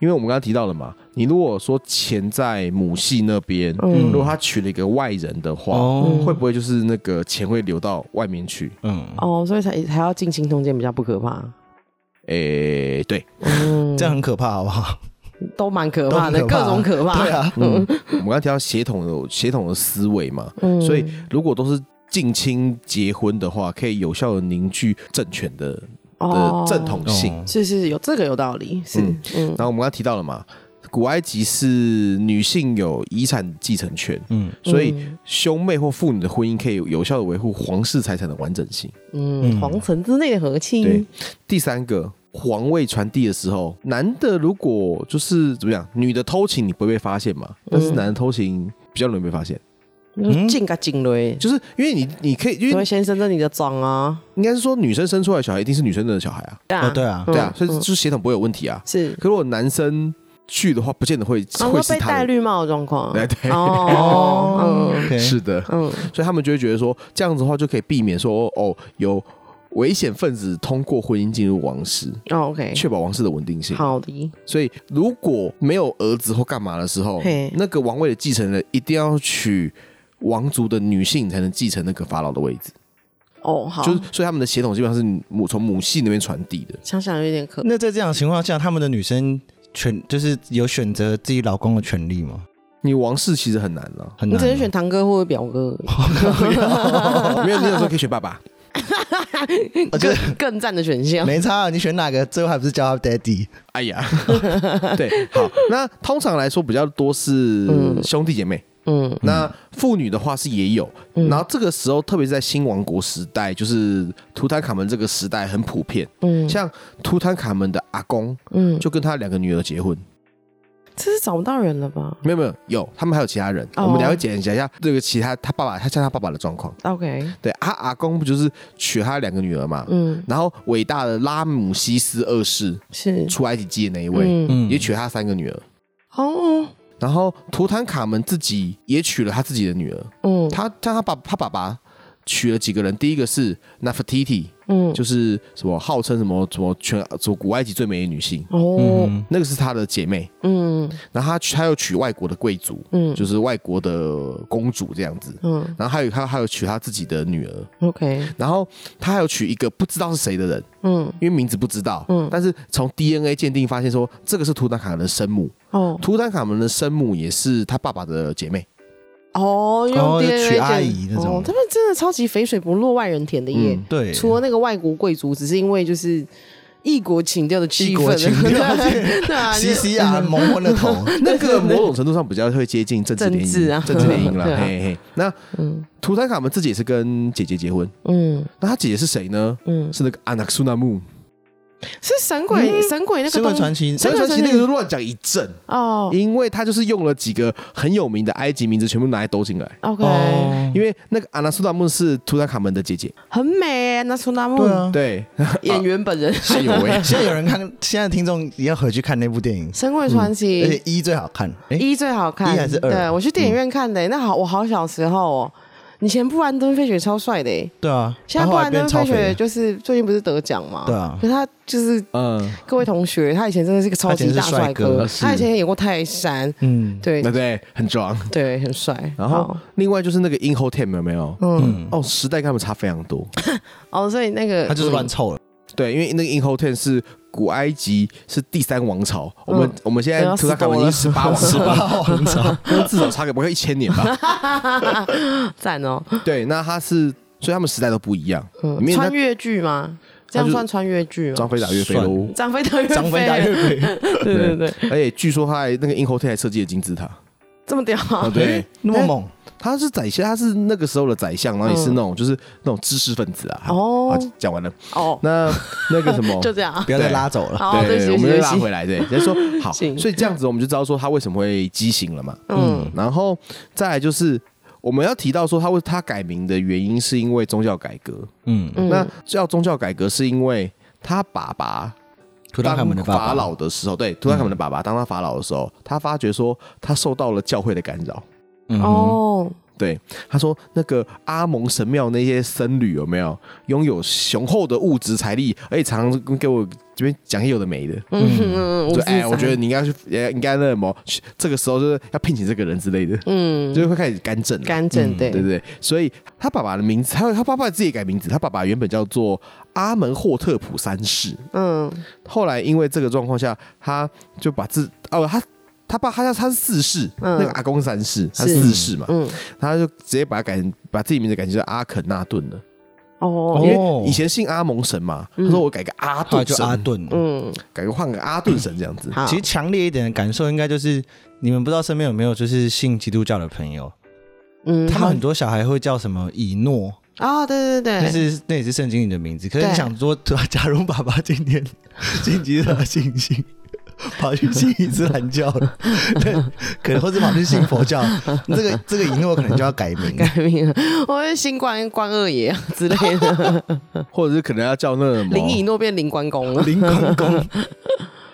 [SPEAKER 2] 因为我们刚刚提到了嘛，你如果说钱在母系那边，
[SPEAKER 1] 嗯
[SPEAKER 2] 如
[SPEAKER 1] 如
[SPEAKER 2] 果他娶了一个外人的话，
[SPEAKER 1] 哦，
[SPEAKER 2] 会不会就是那个钱会流到外面去？
[SPEAKER 1] 嗯，
[SPEAKER 3] 哦，所以才才要进行通奸比较不可怕，
[SPEAKER 2] 诶、对，
[SPEAKER 3] [laughs] 嗯，
[SPEAKER 1] 这样很可怕，好不好？
[SPEAKER 3] 都蛮可怕的，
[SPEAKER 1] 都很
[SPEAKER 3] 各
[SPEAKER 1] 可怕
[SPEAKER 3] 种可怕，
[SPEAKER 1] 对，啊，
[SPEAKER 2] 嗯，我们刚才提到血统有血统的思维嘛，
[SPEAKER 3] 嗯
[SPEAKER 2] 所以如果都是近亲结婚的话，可以有效的凝聚政权的的呃正，
[SPEAKER 3] 哦
[SPEAKER 2] 统性。
[SPEAKER 1] 哦
[SPEAKER 3] 是是有这个有道理，是，
[SPEAKER 2] 嗯
[SPEAKER 3] 嗯
[SPEAKER 2] 然，后我们刚才提到了嘛，古埃及是女性有遗产继承权，
[SPEAKER 1] 嗯，
[SPEAKER 2] 所以
[SPEAKER 3] 嗯
[SPEAKER 2] 兄妹或父女的婚姻可以有效的维护皇室财产的完整性。
[SPEAKER 3] 嗯，
[SPEAKER 1] 嗯
[SPEAKER 3] 皇城之内的和气
[SPEAKER 2] 对，第三个，皇位传递的时候，男的如果就是怎么样，女的偷情你不会被发现嘛，但是
[SPEAKER 3] 嗯
[SPEAKER 2] 男的偷情比较容易被发现，
[SPEAKER 3] 就是进个进嘞，
[SPEAKER 2] 就是因为你你可以，因
[SPEAKER 3] 因为
[SPEAKER 2] 为
[SPEAKER 3] 先生这里的妆啊，
[SPEAKER 2] 应该是说女生生出来的小孩一定是女生的小孩啊，
[SPEAKER 1] 哦，对啊，
[SPEAKER 2] 对啊，所
[SPEAKER 3] 嗯
[SPEAKER 2] 以就是血统不会有问题啊。
[SPEAKER 3] 是，
[SPEAKER 2] 可如果男生去的话，不见得会
[SPEAKER 3] 啊，
[SPEAKER 2] 会
[SPEAKER 3] 说
[SPEAKER 2] 是
[SPEAKER 3] 被
[SPEAKER 2] 他
[SPEAKER 3] 戴
[SPEAKER 2] 的，
[SPEAKER 3] 绿帽的状况，
[SPEAKER 2] 对对
[SPEAKER 3] 哦，
[SPEAKER 1] [laughs]
[SPEAKER 3] 嗯
[SPEAKER 1] OK
[SPEAKER 2] 是的，
[SPEAKER 3] 嗯，
[SPEAKER 2] 所以他们就会觉得说，这样子的话就可以避免说哦有危险分子通过婚姻进入王室，
[SPEAKER 3] 哦，OK，
[SPEAKER 2] 确保王室的稳定性。
[SPEAKER 3] 好的，
[SPEAKER 2] 所以如果没有儿子或干嘛的时候
[SPEAKER 3] 嘿，
[SPEAKER 2] 那个王位的继承人一定要娶王族的女性才能继承那个法老的位置，
[SPEAKER 3] 哦，好，
[SPEAKER 2] 就是所以他们的血统基本上是母从母系那边传递的。
[SPEAKER 3] 想想有点可，
[SPEAKER 1] 那在这样的情况下，他们的女生权就是有选择自己老公的权利吗？
[SPEAKER 2] 你王室其实很难了、 [laughs]
[SPEAKER 1] 很
[SPEAKER 3] 你
[SPEAKER 1] 难啊
[SPEAKER 3] 只
[SPEAKER 1] 吗。
[SPEAKER 3] 能选堂哥或者表哥，
[SPEAKER 2] 没有你有时候可以选爸
[SPEAKER 3] [laughs]
[SPEAKER 2] 爸，
[SPEAKER 1] [laughs] 我觉得
[SPEAKER 3] 更更赞的选项，
[SPEAKER 1] 没差啊，你选哪个，最后还不是叫他 daddy？
[SPEAKER 2] 哎呀，对，好，那通常来说比较多是
[SPEAKER 3] 嗯
[SPEAKER 2] 兄弟姐妹，
[SPEAKER 3] 嗯
[SPEAKER 2] 那妇女的话是也有，
[SPEAKER 3] 嗯
[SPEAKER 2] 然后这个时候特别是在新王国时代，就是图坦卡门这个时代很普遍，
[SPEAKER 3] 嗯
[SPEAKER 2] 像图坦卡门的阿公
[SPEAKER 3] 嗯，
[SPEAKER 2] 就跟他两个女儿结婚，
[SPEAKER 3] 这是找不到人了吧
[SPEAKER 2] 没有没有，有他们还有其他人，
[SPEAKER 3] 哦
[SPEAKER 2] 我们等一下会讲讲一下这个其他他爸爸，他像他爸爸的状况。
[SPEAKER 3] ？OK，
[SPEAKER 2] 对，他阿公不就是娶他两个女儿嘛？
[SPEAKER 3] 嗯，
[SPEAKER 2] 然后伟大的拉姆西斯二世
[SPEAKER 3] 是，
[SPEAKER 2] 出埃及记的那一位，
[SPEAKER 3] 嗯，
[SPEAKER 1] 嗯
[SPEAKER 2] 也娶了他三个女儿。
[SPEAKER 3] 哦，
[SPEAKER 2] 然后图坦卡门自己也娶了他自己的女儿，
[SPEAKER 3] 嗯，
[SPEAKER 2] 他像他爸他爸爸娶了几个人，第一个是 Nefertiti，
[SPEAKER 3] 嗯，
[SPEAKER 2] 就是什么号称什么什么全什么古埃及最美的女性，
[SPEAKER 3] 哦，
[SPEAKER 1] 嗯
[SPEAKER 2] 那个是他的姐妹。
[SPEAKER 3] 嗯
[SPEAKER 2] 然后他娶他又娶外国的贵族，
[SPEAKER 3] 嗯，
[SPEAKER 2] 就是外国的公主这样子。
[SPEAKER 3] 嗯
[SPEAKER 2] 然后还有他还有娶他自己的女儿，
[SPEAKER 3] ，OK，
[SPEAKER 2] 然后他还有娶一个不知道是谁的人，
[SPEAKER 3] 嗯，
[SPEAKER 2] 因为名字不知道，
[SPEAKER 3] 嗯
[SPEAKER 2] 但是从 DNA 鉴定发现说这个是图坦卡门的生母，
[SPEAKER 3] 哦
[SPEAKER 2] 图坦卡门的生母也是他爸爸的姐
[SPEAKER 3] [laughs]
[SPEAKER 2] 妹，
[SPEAKER 1] 哦
[SPEAKER 3] 哦，用
[SPEAKER 1] 就
[SPEAKER 3] DNA
[SPEAKER 1] 娶阿
[SPEAKER 3] 检
[SPEAKER 1] 姨那种
[SPEAKER 3] 哦他们真的超级肥水不落外人田的耶。
[SPEAKER 2] 嗯
[SPEAKER 1] 对，
[SPEAKER 3] 除了那个外国贵族，只是因为就是异国情调的气
[SPEAKER 1] 异
[SPEAKER 3] 氛
[SPEAKER 1] 国，情调
[SPEAKER 3] [laughs] 对
[SPEAKER 1] [laughs]
[SPEAKER 3] 对啊，就哎
[SPEAKER 1] 西西啊，蒙混了
[SPEAKER 3] [laughs]
[SPEAKER 1] 头，
[SPEAKER 2] 那个某种程度上比较会接近政治联
[SPEAKER 3] 政治
[SPEAKER 2] 姻，
[SPEAKER 3] 啊
[SPEAKER 2] 政治联姻啦，
[SPEAKER 3] [laughs] 对啊
[SPEAKER 2] 嘿嘿。那
[SPEAKER 3] 嗯
[SPEAKER 2] 图坦卡门自己也是跟姐姐结婚，
[SPEAKER 3] 嗯
[SPEAKER 2] 那他姐姐是谁呢？
[SPEAKER 3] 嗯，
[SPEAKER 2] 是那个阿纳苏纳木，
[SPEAKER 3] 是神鬼神鬼那个
[SPEAKER 1] 神鬼
[SPEAKER 3] 东
[SPEAKER 1] 嗯传奇，
[SPEAKER 2] 这
[SPEAKER 3] 这
[SPEAKER 2] 个
[SPEAKER 3] 个
[SPEAKER 2] 传奇
[SPEAKER 3] 真
[SPEAKER 2] 那
[SPEAKER 3] 的
[SPEAKER 2] 个就乱讲一阵，
[SPEAKER 3] 哦
[SPEAKER 2] 因为他就是用了几个很有名的埃及名字，全部拿来兜进来。
[SPEAKER 3] ，OK，
[SPEAKER 1] 哦，
[SPEAKER 2] 因为那个阿纳苏纳木是图坦卡门的姐姐，
[SPEAKER 3] 很美耶，那苏纳木
[SPEAKER 1] 对啊，
[SPEAKER 2] 对，
[SPEAKER 3] 演员本人，
[SPEAKER 2] 是有
[SPEAKER 3] [laughs]
[SPEAKER 2] 哎，
[SPEAKER 1] 现在有人看，现在听众也要回去看那部电影，
[SPEAKER 3] 神鬼传
[SPEAKER 1] 而且
[SPEAKER 3] 奇
[SPEAKER 1] 一最好看，哎，
[SPEAKER 3] 一最好看，
[SPEAKER 1] 嗯一还是二啊嗯
[SPEAKER 3] 对我去电影院看的，那好，我好小时候哦。以前布兰登·费雪超帅的耶，
[SPEAKER 1] 对啊，
[SPEAKER 3] 现在
[SPEAKER 1] 他
[SPEAKER 3] 布
[SPEAKER 1] 后
[SPEAKER 3] 兰
[SPEAKER 1] 来
[SPEAKER 3] 登
[SPEAKER 1] 变超
[SPEAKER 3] ·费雪
[SPEAKER 1] 肥，
[SPEAKER 3] 就是最近不是得奖嘛？
[SPEAKER 1] 对啊
[SPEAKER 3] 可是他就是
[SPEAKER 2] 嗯，
[SPEAKER 3] 各位同学，他以前真的是个超级大帅
[SPEAKER 1] 他
[SPEAKER 3] 哥
[SPEAKER 1] 以前是帅哥，
[SPEAKER 2] 是
[SPEAKER 3] 他以前也演过泰山，
[SPEAKER 1] 嗯，
[SPEAKER 3] 对
[SPEAKER 2] 对对，很壮。
[SPEAKER 3] 对，很帅。
[SPEAKER 2] 然后
[SPEAKER 3] 好
[SPEAKER 2] 另外就是那个 In Hotel 有没有？
[SPEAKER 3] 嗯，
[SPEAKER 2] 哦，时代跟他们差非常多。
[SPEAKER 3] 哦，所以那个
[SPEAKER 1] 他就是乱
[SPEAKER 3] 嗯
[SPEAKER 1] 凑了，
[SPEAKER 2] 对，因为那个 In Hotel 是古埃及是第三王朝，我们我们现在
[SPEAKER 3] 嗯要
[SPEAKER 2] 图坦卡门已经十八王
[SPEAKER 1] 十
[SPEAKER 2] 朝
[SPEAKER 1] 八
[SPEAKER 2] 了，
[SPEAKER 1] [laughs] 王朝，
[SPEAKER 3] [laughs]
[SPEAKER 2] 至少差个不要一千年吧。
[SPEAKER 3] 赞哦，
[SPEAKER 2] 对，那他是，所以他们时代都不一样。
[SPEAKER 3] 嗯
[SPEAKER 2] 里面他
[SPEAKER 3] 穿越剧吗？这样算穿越剧吗
[SPEAKER 2] 张？飞打岳飞喽，
[SPEAKER 3] [laughs] 张飞打岳飞，
[SPEAKER 1] 张飞打岳飞，
[SPEAKER 3] 对对
[SPEAKER 2] [laughs]
[SPEAKER 3] 对，
[SPEAKER 2] 而且据说他还那个 In Hotel 还设计了金字塔。[laughs]
[SPEAKER 3] 这么屌
[SPEAKER 2] 哦，
[SPEAKER 3] 啊！
[SPEAKER 2] 对，
[SPEAKER 1] 那么猛，
[SPEAKER 2] 他是宰相，他是那个时候的宰相，然后也是那种就是那种知识分子啊。好
[SPEAKER 3] 嗯哦，
[SPEAKER 2] 讲完了，
[SPEAKER 3] 哦，。
[SPEAKER 2] 那那个什么
[SPEAKER 3] [laughs] 就这样啊。
[SPEAKER 1] 不要再
[SPEAKER 2] 对
[SPEAKER 1] 拉走了，
[SPEAKER 3] 好，对
[SPEAKER 2] 对，
[SPEAKER 3] 不起，
[SPEAKER 2] 我
[SPEAKER 3] 对
[SPEAKER 2] 们
[SPEAKER 3] 不
[SPEAKER 2] 又
[SPEAKER 3] 起
[SPEAKER 2] 拉回来，对，就是说好，
[SPEAKER 3] 行
[SPEAKER 2] 所以这样子我们就知道说他为什么会畸形了嘛。
[SPEAKER 3] 嗯
[SPEAKER 2] 然后再来就是我们要提到说他为他改名的原因是因为宗教改革。
[SPEAKER 1] 嗯，
[SPEAKER 3] 嗯，
[SPEAKER 2] 那叫宗教改革是因为他爸爸
[SPEAKER 1] 图坦卡门的
[SPEAKER 2] 当法
[SPEAKER 1] 爸嗯爸，
[SPEAKER 2] 老的时候，对，图坦卡门的爸爸当他法老的时候，他发觉说他受到了教会的干扰。
[SPEAKER 1] 嗯哼，
[SPEAKER 3] 哦，
[SPEAKER 2] 对，他说那个阿蒙神庙那些僧侣有没有拥有雄厚的物质财力，而且常常给我这边讲一些有的没的。
[SPEAKER 3] 嗯嗯，
[SPEAKER 2] 就哎，我觉得
[SPEAKER 3] 得，
[SPEAKER 2] 你应该去，呃应该那什么，去这个时候就是要聘请这个人之类的，
[SPEAKER 3] 嗯，
[SPEAKER 2] 就是会开始干政了。
[SPEAKER 3] 干正对
[SPEAKER 2] 对不对？所以他爸爸的名字，还有他爸爸自己也改名字，他爸爸原本叫做阿门霍特普三世，
[SPEAKER 3] 嗯
[SPEAKER 2] 后来因为这个状况下，他就把自哦他。他爸，他他是四世，
[SPEAKER 3] 嗯
[SPEAKER 2] 那个阿公三世，他
[SPEAKER 3] 是
[SPEAKER 2] 四世嘛，
[SPEAKER 3] 嗯，
[SPEAKER 2] 他就直接把他改成把自己名字改成叫阿肯纳顿了，
[SPEAKER 3] 哦，
[SPEAKER 2] 因
[SPEAKER 1] 哦
[SPEAKER 2] 为以前姓阿蒙神嘛，他说我改个阿
[SPEAKER 1] 后来
[SPEAKER 2] 顿
[SPEAKER 1] 就
[SPEAKER 2] 神，
[SPEAKER 1] 阿顿，
[SPEAKER 3] 嗯，
[SPEAKER 2] 改个换个阿顿神这样子，
[SPEAKER 3] 好
[SPEAKER 1] 其，实强烈一点的感受，应该就是你们不知道身边有没有就是信基督教的朋友，
[SPEAKER 3] 嗯，
[SPEAKER 1] 他们很多小孩会叫什么以诺，
[SPEAKER 3] 啊，对对
[SPEAKER 1] 但
[SPEAKER 3] 对，
[SPEAKER 1] 是那也是圣经里的名字。可是你
[SPEAKER 3] 对
[SPEAKER 1] 想说， [laughs] 啊假如爸爸今
[SPEAKER 3] [laughs]
[SPEAKER 1] 天信基督教的信心。 [laughs] 跑去信伊斯兰教了，对，可能或者跑去信佛教，这个这个以诺可能就要改名，
[SPEAKER 3] 改名了， [laughs] 我是新冠关二爷啊之类
[SPEAKER 2] [laughs] 哦
[SPEAKER 3] 的，
[SPEAKER 2] 或者是可能要叫那个什
[SPEAKER 3] 林以
[SPEAKER 2] 么，
[SPEAKER 3] 诺变林关公了，
[SPEAKER 1] 林公公，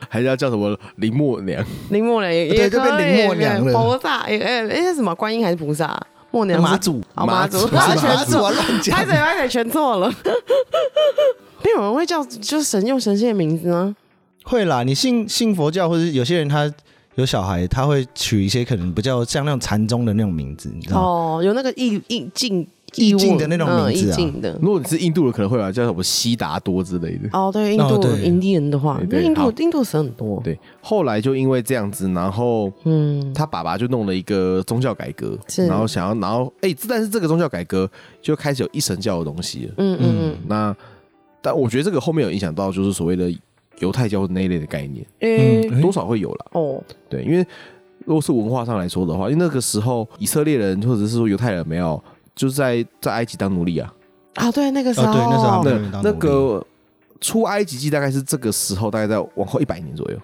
[SPEAKER 2] 还是要叫什么林默娘，
[SPEAKER 3] 林默娘也
[SPEAKER 1] 对
[SPEAKER 3] 也
[SPEAKER 1] 就
[SPEAKER 3] 可以
[SPEAKER 1] 变林默娘了
[SPEAKER 3] 菩萨也哎哎是什么观音还是菩萨？默娘是
[SPEAKER 1] 妈祖
[SPEAKER 2] 妈
[SPEAKER 3] 哦妈
[SPEAKER 2] 祖
[SPEAKER 3] 祖，
[SPEAKER 1] 不是
[SPEAKER 3] 全 [laughs]
[SPEAKER 1] 马祖啊，乱
[SPEAKER 3] 拍
[SPEAKER 1] 讲
[SPEAKER 3] 嘴，拍嘴全错
[SPEAKER 1] [laughs]
[SPEAKER 3] 了。没有人会叫就是神用神仙的名字呢？
[SPEAKER 1] 会啦，你信信佛教，或者有些人他有小孩，他会取一些可能比较像那种禅宗的那种名字，你知道吗？
[SPEAKER 3] 哦，有那个意意境
[SPEAKER 1] 意境
[SPEAKER 3] 物
[SPEAKER 1] 的那种
[SPEAKER 3] 嗯
[SPEAKER 1] 名字啊
[SPEAKER 3] 意境的。
[SPEAKER 2] 如果你是印度的，可能会把叫什么悉达多之类的。
[SPEAKER 3] 哦，对，印
[SPEAKER 1] 哦
[SPEAKER 3] 度
[SPEAKER 1] 对
[SPEAKER 3] 印第人的话，
[SPEAKER 2] 对
[SPEAKER 3] 那
[SPEAKER 2] 对
[SPEAKER 3] 印度
[SPEAKER 2] 好
[SPEAKER 3] 印度神很多。
[SPEAKER 2] 对，后来就因为这样子，然后
[SPEAKER 3] 嗯，
[SPEAKER 2] 他爸爸就弄了一个宗教改革，
[SPEAKER 3] 是
[SPEAKER 2] 然后想要，然后哎、但是这个宗教改革就开始有一神教的东西了。
[SPEAKER 3] 嗯嗯嗯，
[SPEAKER 2] 那但我觉得这个后面有影响到，就是所谓的犹太教那一类的概念，
[SPEAKER 3] 诶，
[SPEAKER 1] 嗯
[SPEAKER 2] 多少会有啦。
[SPEAKER 3] 哦，
[SPEAKER 2] 对，因为如果是文化上来说的话，因为那个时候以色列人或者是说犹太人没有，就是在在埃及当奴隶啊。
[SPEAKER 3] 啊，对，那个时候，
[SPEAKER 1] 哦对那时候他们
[SPEAKER 2] 那
[SPEAKER 1] 当奴隶
[SPEAKER 2] 那个出埃及记大概是这个时候，大概在往后一百年左右。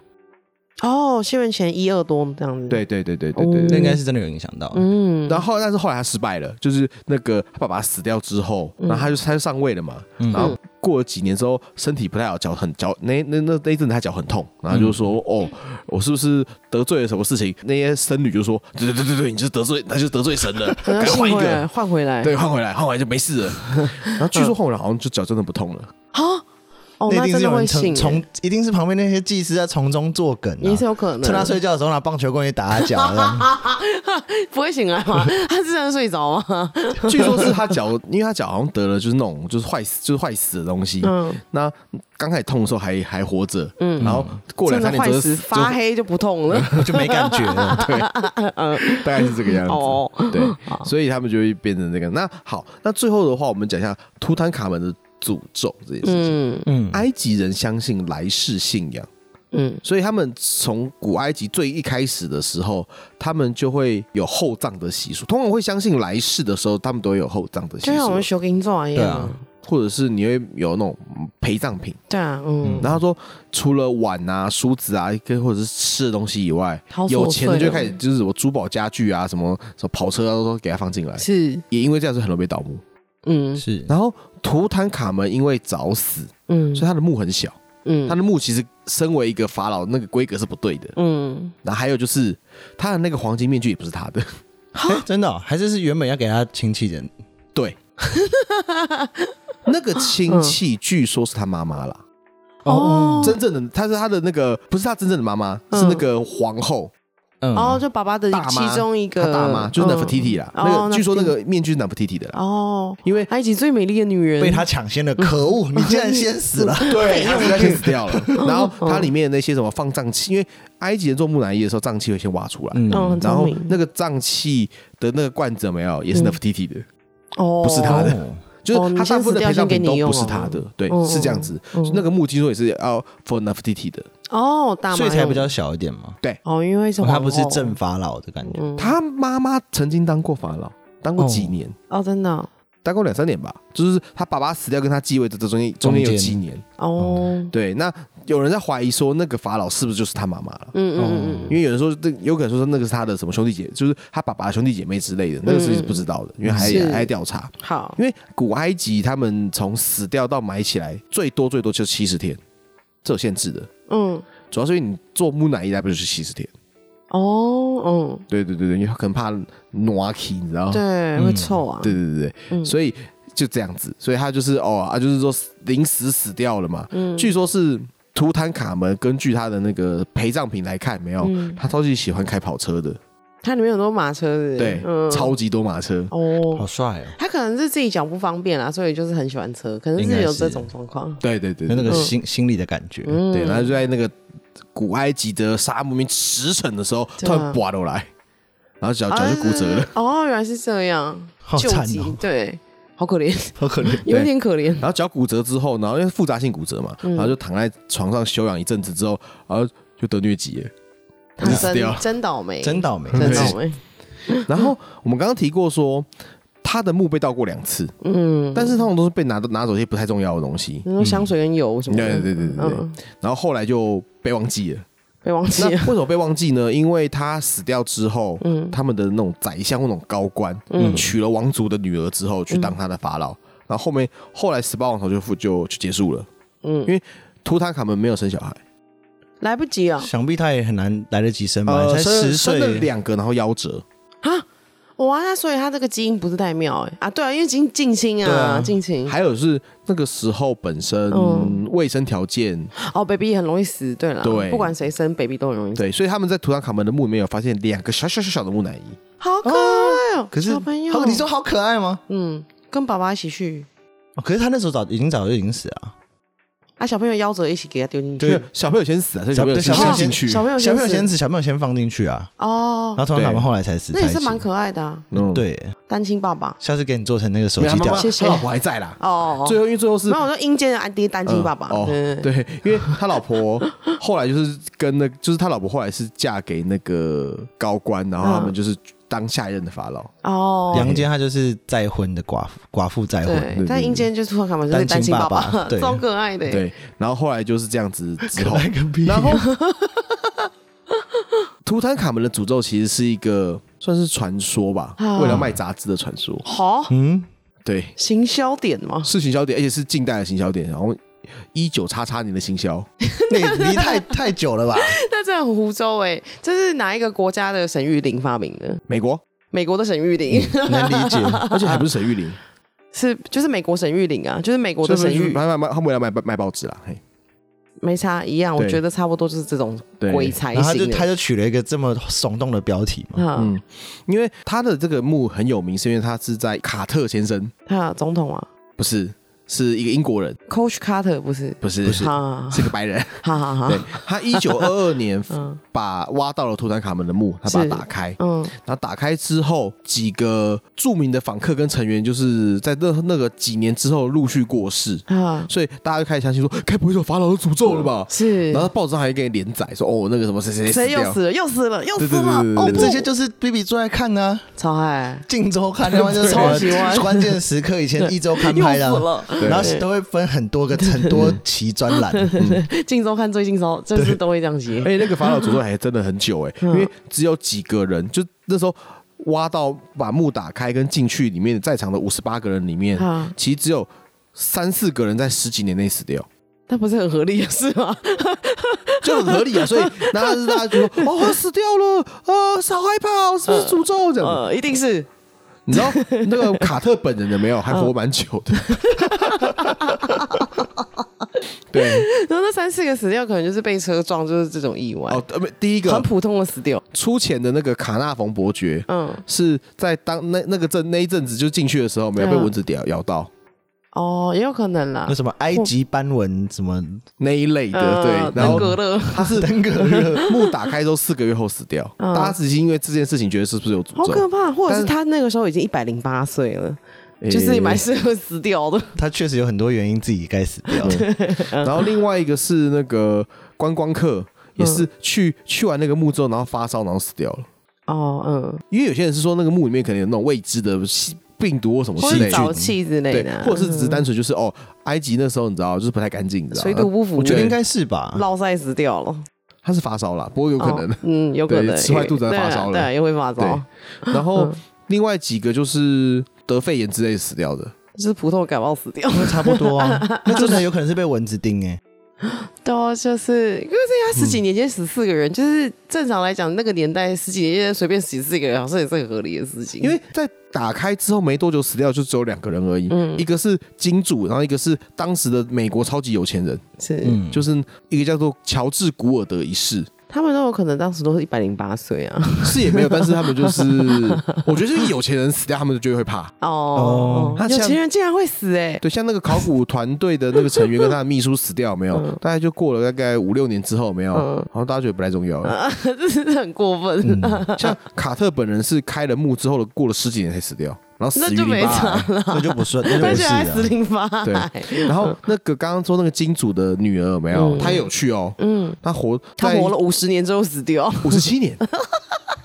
[SPEAKER 3] 哦，西元前一二多这样子。，
[SPEAKER 2] 对对对对对对
[SPEAKER 3] 哦
[SPEAKER 2] 对。
[SPEAKER 3] 嗯
[SPEAKER 1] 这应该是真的有影响到。
[SPEAKER 3] 嗯，
[SPEAKER 2] 然后，但是后来他失败了，就是那个他爸爸死掉之后，
[SPEAKER 3] 嗯
[SPEAKER 2] 然后他就他就上位了嘛。
[SPEAKER 1] 嗯
[SPEAKER 2] 然后过了几年之后，身体不太好，脚很脚那那那那一阵子他脚很痛，然
[SPEAKER 3] 嗯
[SPEAKER 2] 后就说：“哦，我是不是得罪了什么事情？”那些僧侣就说：“对对对对对，你就是得罪，他就是得罪神了，
[SPEAKER 3] 可能
[SPEAKER 2] 赶
[SPEAKER 3] 要
[SPEAKER 2] 快换一
[SPEAKER 3] 嗯换回
[SPEAKER 2] 个
[SPEAKER 3] 来，。”嗯换回来。
[SPEAKER 2] 对，换回来，换回来就没事了。然后据说后来好像就脚真的不痛了，
[SPEAKER 3] 啊，哦，
[SPEAKER 1] 那一
[SPEAKER 3] 那
[SPEAKER 1] 定
[SPEAKER 3] 真
[SPEAKER 1] 是
[SPEAKER 3] 的
[SPEAKER 1] 有
[SPEAKER 3] 会
[SPEAKER 1] 人
[SPEAKER 3] 醒
[SPEAKER 1] 从
[SPEAKER 3] 欸，
[SPEAKER 1] 从一定是旁边那些技师在从中作梗啊，
[SPEAKER 3] 也是有可能。
[SPEAKER 1] 趁他睡觉的时候拿棒球棍去打他脚啊这样，
[SPEAKER 3] [laughs] 不会醒来吗？他是真的睡着吗？
[SPEAKER 2] 据说是他脚，因为他脚好像得了就是那种就是坏死就是坏死的东西。
[SPEAKER 3] 嗯
[SPEAKER 2] 那刚开始痛的时候还还活着，
[SPEAKER 3] 嗯
[SPEAKER 2] 然后过两
[SPEAKER 3] 真的
[SPEAKER 2] 三年之后
[SPEAKER 3] 坏死，
[SPEAKER 2] 就
[SPEAKER 3] 发黑就不痛了。
[SPEAKER 1] 我就没感觉
[SPEAKER 3] [laughs]
[SPEAKER 1] 了。
[SPEAKER 2] [laughs] 对，大概是这个样子。
[SPEAKER 3] 哦
[SPEAKER 2] 对，所以他们就会变成这个。那好，那最后的话，我们讲一下图坦卡门的诅咒这件事情。
[SPEAKER 3] 嗯
[SPEAKER 1] 嗯，
[SPEAKER 2] 埃及人相信来世信仰，
[SPEAKER 3] 嗯
[SPEAKER 2] 所以他们从古埃及最一开始的时候，他们就会有厚葬的习俗。通常会相信来世的时候，他们都会有厚葬的习
[SPEAKER 3] 就像我
[SPEAKER 2] 俗，
[SPEAKER 3] 们
[SPEAKER 2] 啊
[SPEAKER 3] 修金座一
[SPEAKER 1] 对
[SPEAKER 3] 样
[SPEAKER 1] 啊。，
[SPEAKER 2] 或者是你会有那种嗯陪葬品。
[SPEAKER 3] 对啊，嗯，
[SPEAKER 2] 然后他说，除了碗啊、梳子啊，跟或者是吃的东西以外，
[SPEAKER 3] 好琐碎哦
[SPEAKER 2] 有钱的就开始就是什么珠宝家具啊、什么什么跑车啊，都给他放进来。
[SPEAKER 3] 是，
[SPEAKER 2] 也因为这样，是很容易被盗墓。
[SPEAKER 3] 嗯
[SPEAKER 1] 是
[SPEAKER 2] 然后图坦卡门因为早死，
[SPEAKER 3] 嗯
[SPEAKER 2] 所以他的墓很小，
[SPEAKER 3] 嗯
[SPEAKER 2] 他的墓其实身为一个法老，那个规格是不对的。
[SPEAKER 3] 嗯，
[SPEAKER 2] 然后还有就是他的那个黄金面具也不是他的， [laughs]
[SPEAKER 1] 哎真的哦还是是原本要给他亲戚人
[SPEAKER 2] 对，那个亲戚据说是他妈妈啦，
[SPEAKER 3] 哦
[SPEAKER 2] 真正的他是他的那个不是他真正的妈妈，
[SPEAKER 3] 嗯
[SPEAKER 2] 是那个皇后，
[SPEAKER 1] 嗯
[SPEAKER 3] 哦，就爸爸的
[SPEAKER 2] 大妈
[SPEAKER 3] 其中一
[SPEAKER 2] 他
[SPEAKER 3] 个
[SPEAKER 2] 大妈就是
[SPEAKER 3] 嗯
[SPEAKER 2] Nefertiti 啦，
[SPEAKER 3] 哦
[SPEAKER 2] 那个据说那
[SPEAKER 3] Nefertiti
[SPEAKER 2] 个面具是 Nefertiti 的啦，
[SPEAKER 3] 哦，
[SPEAKER 2] 因为
[SPEAKER 3] [laughs] 埃及最美丽的女人
[SPEAKER 1] 被他抢先了，可恶！你竟然先死
[SPEAKER 3] [laughs]
[SPEAKER 1] 了，
[SPEAKER 2] 对，他
[SPEAKER 1] [laughs]
[SPEAKER 2] 应该先死掉了。然后
[SPEAKER 3] 嗯
[SPEAKER 2] 它里面的那些什么放瘴器，因为埃及人做木乃伊的时候，瘴气会先挖出来，
[SPEAKER 3] 嗯很
[SPEAKER 2] 然
[SPEAKER 3] 聪
[SPEAKER 2] 后
[SPEAKER 3] 明
[SPEAKER 2] 那个瘴气的那个罐子有没有也是
[SPEAKER 3] 嗯
[SPEAKER 2] Nefertiti 的，
[SPEAKER 3] 哦
[SPEAKER 2] 不是他的
[SPEAKER 1] 哦
[SPEAKER 2] 就是
[SPEAKER 3] 你
[SPEAKER 2] 他大
[SPEAKER 3] 先
[SPEAKER 2] 部分的
[SPEAKER 3] 死掉
[SPEAKER 2] 陪葬
[SPEAKER 3] 先
[SPEAKER 2] 品
[SPEAKER 3] 给你
[SPEAKER 2] 都
[SPEAKER 3] 用
[SPEAKER 2] 不是
[SPEAKER 3] 哦
[SPEAKER 2] 他的，对
[SPEAKER 3] 嗯，
[SPEAKER 2] 是这样子
[SPEAKER 3] 嗯。
[SPEAKER 2] 那个木听说也是要 for Nefertiti 的，
[SPEAKER 3] 哦大妈
[SPEAKER 1] 所以才
[SPEAKER 3] 用
[SPEAKER 1] 比较小一点嘛。
[SPEAKER 3] 哦，因为是
[SPEAKER 1] 他
[SPEAKER 3] 皇
[SPEAKER 1] 不是
[SPEAKER 3] 后
[SPEAKER 1] 正法老的感觉，
[SPEAKER 3] 嗯
[SPEAKER 2] 他妈妈曾经当过法老，当过几
[SPEAKER 1] 哦
[SPEAKER 2] 年，
[SPEAKER 3] 哦真的哦
[SPEAKER 2] 当过两三年吧，就是他爸爸死掉跟他继位的这中间中间有
[SPEAKER 1] 中间
[SPEAKER 2] 几年。
[SPEAKER 3] 哦
[SPEAKER 2] 对，那有人在怀疑说那个法老是不是就是他妈妈了
[SPEAKER 3] 嗯？嗯嗯
[SPEAKER 2] 因为有人说这有可能说那个是他的什么兄弟姐，就是他爸爸的兄弟姐妹之类的，那个是不知道的，因为还
[SPEAKER 3] 嗯是
[SPEAKER 2] 还在调查。
[SPEAKER 3] 嗯好
[SPEAKER 2] 因为古埃及他们从死掉到埋起来，最多最多就七十天，这有限制的。
[SPEAKER 3] 嗯
[SPEAKER 2] 主要是因为你做木乃伊，大概就是七十天。
[SPEAKER 3] 哦
[SPEAKER 2] 对对对对，因为他可能怕挪起，你知道吗？
[SPEAKER 3] 嗯对会臭啊
[SPEAKER 2] 对对对对，
[SPEAKER 3] 嗯
[SPEAKER 2] 所以就这样子，所以他就是哦啊，就是说临时死掉了嘛。
[SPEAKER 3] 嗯
[SPEAKER 2] 据说是图坦卡门根据他的那个陪葬品来看，没有，
[SPEAKER 3] 嗯
[SPEAKER 2] 他超级喜欢开跑车的，
[SPEAKER 3] 它里面有很多马车是不是
[SPEAKER 2] 对，
[SPEAKER 3] 嗯
[SPEAKER 2] 超级多马车。
[SPEAKER 3] 哦
[SPEAKER 1] 好帅哦！
[SPEAKER 3] 他可能是自己脚不方便啦，所以就是很喜欢车，可能
[SPEAKER 1] 应该
[SPEAKER 3] 是
[SPEAKER 1] 是
[SPEAKER 3] 有这种状况。
[SPEAKER 2] 对对对
[SPEAKER 1] 有那个
[SPEAKER 3] 嗯
[SPEAKER 1] 心心里的感觉，
[SPEAKER 3] 嗯，
[SPEAKER 2] 对，然后就在那个古埃及的沙漠里面驰骋的时候，
[SPEAKER 3] 对
[SPEAKER 2] 突
[SPEAKER 3] 啊
[SPEAKER 2] 然拔了来，然后脚
[SPEAKER 3] 好
[SPEAKER 2] 脚
[SPEAKER 3] 像
[SPEAKER 2] 就骨折了
[SPEAKER 3] 是。。哦，原来是这样，
[SPEAKER 1] 好
[SPEAKER 3] 救
[SPEAKER 1] 惨
[SPEAKER 3] 急
[SPEAKER 1] 哦，
[SPEAKER 3] 对，好可怜，
[SPEAKER 1] 好可怜。
[SPEAKER 3] 有一点可怜。
[SPEAKER 2] 然后脚骨折之后，然后因为复杂性骨折嘛，
[SPEAKER 3] 嗯
[SPEAKER 2] 然后就躺在床上休养一阵子之后，然后就得疟疾了。
[SPEAKER 3] 他
[SPEAKER 2] 死掉
[SPEAKER 3] [laughs] 真真倒霉，
[SPEAKER 1] 真倒霉，
[SPEAKER 3] 真
[SPEAKER 2] 对
[SPEAKER 3] 倒霉。
[SPEAKER 2] 然后我们刚刚提过说，他的墓被盗过两次，
[SPEAKER 3] 嗯，
[SPEAKER 2] 但是通常都是被拿拿走一些不太重要的东西。
[SPEAKER 3] 你说香水跟油什
[SPEAKER 2] 对
[SPEAKER 3] 么
[SPEAKER 2] 对对
[SPEAKER 3] 的，
[SPEAKER 2] 对对。
[SPEAKER 3] 嗯，啊
[SPEAKER 2] 然后后来就被忘记
[SPEAKER 3] [laughs]
[SPEAKER 2] 了。
[SPEAKER 3] 被忘记
[SPEAKER 2] 那
[SPEAKER 3] 了。
[SPEAKER 2] 为什么被忘记呢？因为他死掉之后，
[SPEAKER 3] 嗯
[SPEAKER 2] 他们的那种宰相或那种高官，
[SPEAKER 3] 嗯
[SPEAKER 2] 娶了王族的女儿之后去当他的法老，然后后面后来十八王朝就复就就结束了。因
[SPEAKER 3] 嗯
[SPEAKER 2] 为，图坦卡门没有生小孩，
[SPEAKER 3] 来不及啊！
[SPEAKER 1] 想必他也很难来得及生吧？才
[SPEAKER 2] 呃生
[SPEAKER 1] 十
[SPEAKER 2] 生了
[SPEAKER 1] 岁，
[SPEAKER 2] 两个，然后夭折。
[SPEAKER 3] 哇，那所以他这个基因不是太妙哎啊，对啊，因为近近亲
[SPEAKER 1] 对
[SPEAKER 3] 啊，
[SPEAKER 1] 啊
[SPEAKER 3] 近亲
[SPEAKER 2] 还有是那个时候本身
[SPEAKER 3] 嗯
[SPEAKER 2] 卫生条件，
[SPEAKER 3] 哦，baby 很容易死，对了，
[SPEAKER 2] 对
[SPEAKER 3] 不管谁生 baby 都很容易死，
[SPEAKER 2] 对，所以他们在图坦卡门的墓里面有发现两个小小小小的木乃伊。
[SPEAKER 3] 好可爱哦，
[SPEAKER 1] 可是
[SPEAKER 3] 小朋友
[SPEAKER 1] 好，，你说好可爱吗？
[SPEAKER 3] 嗯，跟爸爸一起去，
[SPEAKER 1] 哦可是他那时候早已经早就已经死了，
[SPEAKER 3] 啊，小朋友夭折一起给他丢进去
[SPEAKER 2] 没，有小朋友先死啊，所以小朋友
[SPEAKER 1] 小
[SPEAKER 2] 先
[SPEAKER 1] 朋友
[SPEAKER 2] 进去。
[SPEAKER 3] 小朋友
[SPEAKER 1] 小朋友
[SPEAKER 3] 死
[SPEAKER 1] 先死，小朋友先放进去啊，然
[SPEAKER 3] 哦，
[SPEAKER 1] 后通常他
[SPEAKER 2] 对
[SPEAKER 1] 们后来才死在
[SPEAKER 3] 那
[SPEAKER 1] 一
[SPEAKER 3] 也
[SPEAKER 1] 起。
[SPEAKER 3] 是蛮可爱的啊，
[SPEAKER 2] 嗯，
[SPEAKER 1] 对，
[SPEAKER 3] 单亲爸爸
[SPEAKER 1] 下次给你做成那个手
[SPEAKER 2] 没有
[SPEAKER 1] 机
[SPEAKER 2] 他妈
[SPEAKER 1] 吊
[SPEAKER 2] 妈，
[SPEAKER 3] 谢谢
[SPEAKER 2] 他老婆还在啦。
[SPEAKER 3] 哦，
[SPEAKER 2] 最后因为最后是
[SPEAKER 3] 没有我说阴间的安爹单亲爸爸，
[SPEAKER 2] 嗯
[SPEAKER 3] 嗯
[SPEAKER 2] 哦，，对，因为他老婆后来就是跟那，就是他老婆后来是嫁给那个高官，然后他们就是当下一任的法老。
[SPEAKER 3] 哦，
[SPEAKER 1] 杨坚他就是再婚的寡妇，寡妇再婚，
[SPEAKER 3] 对，但阴间就是说他们就是单
[SPEAKER 1] 单
[SPEAKER 3] 亲
[SPEAKER 1] 亲
[SPEAKER 3] 爸
[SPEAKER 1] 爸爸
[SPEAKER 3] 爸，
[SPEAKER 1] 对
[SPEAKER 3] 超可爱
[SPEAKER 1] [laughs]
[SPEAKER 2] [laughs]
[SPEAKER 3] 的，
[SPEAKER 2] 对，然后后来就是这样子之后，
[SPEAKER 1] 个屁
[SPEAKER 2] 然后图坦卡门的诅咒其实是一个算是传说吧，
[SPEAKER 3] 啊
[SPEAKER 2] 为了卖杂志的传说。
[SPEAKER 3] 好、
[SPEAKER 1] 嗯，
[SPEAKER 2] 对，
[SPEAKER 3] 行销点嘛，
[SPEAKER 2] 是行销点，而且是近代的行销点，然后一九叉叉年的行销，
[SPEAKER 1] 那也离太太久了吧？
[SPEAKER 3] [laughs] 那这很湖州哎、这是哪一个国家的沈玉琳发明的？
[SPEAKER 2] 美国，
[SPEAKER 3] 美国的沈玉琳、
[SPEAKER 2] 嗯
[SPEAKER 1] 能理解，
[SPEAKER 2] 而且还不是沈玉
[SPEAKER 3] [laughs]
[SPEAKER 2] 琳，
[SPEAKER 3] 是就是美国沈玉琳啊，就是美国的
[SPEAKER 2] 所
[SPEAKER 3] 沈
[SPEAKER 2] 以就是
[SPEAKER 3] 玉，
[SPEAKER 2] 买买买，他们来卖卖报纸啦，嘿，
[SPEAKER 3] 没差一样，我
[SPEAKER 2] 对
[SPEAKER 3] 觉得差不多就是这种
[SPEAKER 2] 对，
[SPEAKER 3] 鬼才
[SPEAKER 1] 然后他就
[SPEAKER 3] 型
[SPEAKER 1] 他
[SPEAKER 3] 的。
[SPEAKER 1] 就取了一个这么耸动的标题嘛，
[SPEAKER 3] 哈
[SPEAKER 2] 嗯，因为他的这个墓很有名，是因为他是在卡特先生，
[SPEAKER 3] 哈，总统啊
[SPEAKER 2] 不是，是一个英国人，
[SPEAKER 3] ，Coach Carter 不是？啊
[SPEAKER 2] 不是，
[SPEAKER 1] 不是
[SPEAKER 3] 哈
[SPEAKER 2] 是个白人，
[SPEAKER 3] 哈哈
[SPEAKER 2] 对
[SPEAKER 3] 哈，
[SPEAKER 2] 他一九二二年
[SPEAKER 3] 嗯
[SPEAKER 2] 把挖到了图坦卡门的
[SPEAKER 3] [laughs]
[SPEAKER 2] 墓，他把它打开，
[SPEAKER 3] 嗯
[SPEAKER 2] 然后打开之后，几个著名的访客跟成员就是在那那个几年之后陆续过世，
[SPEAKER 3] 哈
[SPEAKER 2] 所以大家就开始相信说，该不会是有法老的诅咒了吧？
[SPEAKER 3] 是
[SPEAKER 2] 然。后报纸上还给你连载说，哦，那个什么谁谁
[SPEAKER 3] 谁
[SPEAKER 2] 死
[SPEAKER 3] 又
[SPEAKER 2] 掉，
[SPEAKER 3] 死了？又死了，又
[SPEAKER 2] 对
[SPEAKER 3] 死
[SPEAKER 2] 对对
[SPEAKER 3] 了！
[SPEAKER 2] 对对
[SPEAKER 3] 哦
[SPEAKER 2] 对
[SPEAKER 3] 不，
[SPEAKER 1] 这些就是 B B 最爱看的、啊，
[SPEAKER 3] 超爱，
[SPEAKER 1] 《镜周
[SPEAKER 3] [laughs]
[SPEAKER 1] 刊》，另外就是什
[SPEAKER 3] 超喜欢
[SPEAKER 1] 么 [laughs] 关键时刻以前一周刊
[SPEAKER 3] 又
[SPEAKER 1] 拍
[SPEAKER 3] 死
[SPEAKER 1] 的啊、
[SPEAKER 3] 了。
[SPEAKER 2] 对
[SPEAKER 1] 然后都会分很多
[SPEAKER 3] [laughs]
[SPEAKER 1] 个很多期专栏，
[SPEAKER 3] 镜周刊最近超就是都会这样写
[SPEAKER 2] 而，哎且那个法老诅咒还真的很久哎、
[SPEAKER 3] 嗯
[SPEAKER 2] 因为只有几个人，就那时候挖到把墓打开跟进去里面在场的五十八个人里面，
[SPEAKER 3] 哈，
[SPEAKER 2] 其实只有三四个人在十几年内死掉，
[SPEAKER 3] 那不是很合理的事吗？
[SPEAKER 2] 就很合理啊。所以大家大家就说哦，他死掉了啊，好害怕哦，是不是诅咒这样？
[SPEAKER 3] [laughs] 呃，一定是
[SPEAKER 2] 你知道那个卡特本人有没有还
[SPEAKER 3] 嗯
[SPEAKER 2] 活蛮久的？ [laughs] 对，
[SPEAKER 3] [laughs] 然后那三四个死掉，可能就是被车撞，就是这种意外，
[SPEAKER 2] 哦，呃不，第一
[SPEAKER 3] 很
[SPEAKER 2] 个
[SPEAKER 3] 普通的死掉。
[SPEAKER 2] 出钱的那个卡纳冯伯爵，
[SPEAKER 3] 嗯，
[SPEAKER 2] 是在当那那个阵那一阵子就进去的时候，没有
[SPEAKER 3] 对
[SPEAKER 2] 被
[SPEAKER 3] 啊
[SPEAKER 2] 蚊子咬咬到
[SPEAKER 3] 哦，也有可能啦
[SPEAKER 1] 那。什么埃及斑纹什么
[SPEAKER 2] 那一类的，
[SPEAKER 3] 呃
[SPEAKER 2] 对，然
[SPEAKER 3] 登
[SPEAKER 2] 后
[SPEAKER 3] 革热，
[SPEAKER 2] 他
[SPEAKER 3] [laughs]
[SPEAKER 2] 是
[SPEAKER 1] 登革热，
[SPEAKER 2] 墓打开之后四个月后死掉，
[SPEAKER 3] 嗯
[SPEAKER 2] 大家只是因为这件事情觉得是不是有
[SPEAKER 3] 好
[SPEAKER 2] 诅
[SPEAKER 3] 可
[SPEAKER 2] 咒，
[SPEAKER 3] 怕！或者
[SPEAKER 2] 但
[SPEAKER 3] 是
[SPEAKER 2] 是
[SPEAKER 3] 他那个时候已经一百零八岁了，
[SPEAKER 2] 诶
[SPEAKER 3] 就是蛮适合死掉的。
[SPEAKER 1] 他确实有很多原因自己该死掉。
[SPEAKER 2] 然后另外一个是那个观光客，也
[SPEAKER 3] 嗯
[SPEAKER 2] 是去去完那个墓之后，然后发烧，然后死掉了。
[SPEAKER 3] 哦，嗯，
[SPEAKER 2] 因为有些人是说那个墓里面可能有那种未知的细病毒或什么
[SPEAKER 3] 或
[SPEAKER 2] 之
[SPEAKER 3] 者
[SPEAKER 2] 类
[SPEAKER 3] 沼
[SPEAKER 2] 的。
[SPEAKER 3] 气之类
[SPEAKER 2] 对
[SPEAKER 3] 的啊，，
[SPEAKER 2] 或者是只是单纯就是哦，埃及那时候你知道就是不太干净，你知道
[SPEAKER 3] 水土不服，
[SPEAKER 1] 我觉得
[SPEAKER 2] 对
[SPEAKER 1] 应该是吧，
[SPEAKER 3] 落晒死掉了，
[SPEAKER 2] 他是发烧啦，不过有可能
[SPEAKER 3] 哦，嗯，有可
[SPEAKER 2] 对
[SPEAKER 3] 能
[SPEAKER 2] 吃坏肚子还发烧了
[SPEAKER 3] [laughs] 对啊，对啊又会发烧
[SPEAKER 2] 对，然后
[SPEAKER 3] 嗯
[SPEAKER 2] 另外几个就是得肺炎之类死掉的，
[SPEAKER 3] 就是普通感冒死掉。
[SPEAKER 1] 那差不多
[SPEAKER 3] [laughs]
[SPEAKER 1] 啊。那真的有可能是被蚊子叮哎、
[SPEAKER 3] 对啊，就是因为这家十几年前十四个人，就是正常来讲，那个年代十几年前随便死四个人，好像也是很合理的事情。
[SPEAKER 2] 因为在打开之后没多久死掉就只有两个人而已，
[SPEAKER 3] 嗯
[SPEAKER 2] 一个是金主，然后一个是当时的美国超级有钱人，
[SPEAKER 3] 是、
[SPEAKER 1] 嗯，
[SPEAKER 3] [laughs]
[SPEAKER 2] 就是一个叫做乔治古尔德一世，
[SPEAKER 3] 他们都有可能当时都是一百零八岁啊。
[SPEAKER 2] 是也没有，但是他们
[SPEAKER 3] [laughs]
[SPEAKER 2] 就是，我觉得就是有钱人死掉他们就会怕。
[SPEAKER 3] 哦，
[SPEAKER 2] 那
[SPEAKER 3] 有
[SPEAKER 2] 像
[SPEAKER 3] 钱人竟然会死哎、
[SPEAKER 2] 对，像那个考古团队的那个成员跟他的秘书死掉有没有？
[SPEAKER 3] 嗯
[SPEAKER 2] 大概就过了大概五六年之后有没有，
[SPEAKER 3] 嗯
[SPEAKER 2] 然后大家觉得不太重要
[SPEAKER 3] [laughs]
[SPEAKER 2] 了。
[SPEAKER 3] 啊， [laughs] 这是很过分，
[SPEAKER 1] 嗯
[SPEAKER 3] [laughs]
[SPEAKER 2] 像卡特本人是开了墓之后的，过了十几年才死掉，然后死
[SPEAKER 3] 那
[SPEAKER 2] 于
[SPEAKER 3] 就
[SPEAKER 2] 淋
[SPEAKER 3] 没
[SPEAKER 2] 巴
[SPEAKER 3] 差
[SPEAKER 2] 癌。
[SPEAKER 1] 那就不算，那就
[SPEAKER 3] 而
[SPEAKER 1] 不
[SPEAKER 3] 且
[SPEAKER 1] 是
[SPEAKER 3] 还死
[SPEAKER 1] 啊。
[SPEAKER 3] 零八 [laughs]
[SPEAKER 2] 对
[SPEAKER 3] 哎，
[SPEAKER 2] 然后那个刚刚说那个金主的女儿有没有？
[SPEAKER 3] 嗯
[SPEAKER 2] 她也有去哦，
[SPEAKER 3] 嗯，
[SPEAKER 2] 她活
[SPEAKER 3] 他活了五十年之后死掉，
[SPEAKER 2] 五十七
[SPEAKER 3] [laughs]
[SPEAKER 2] 年，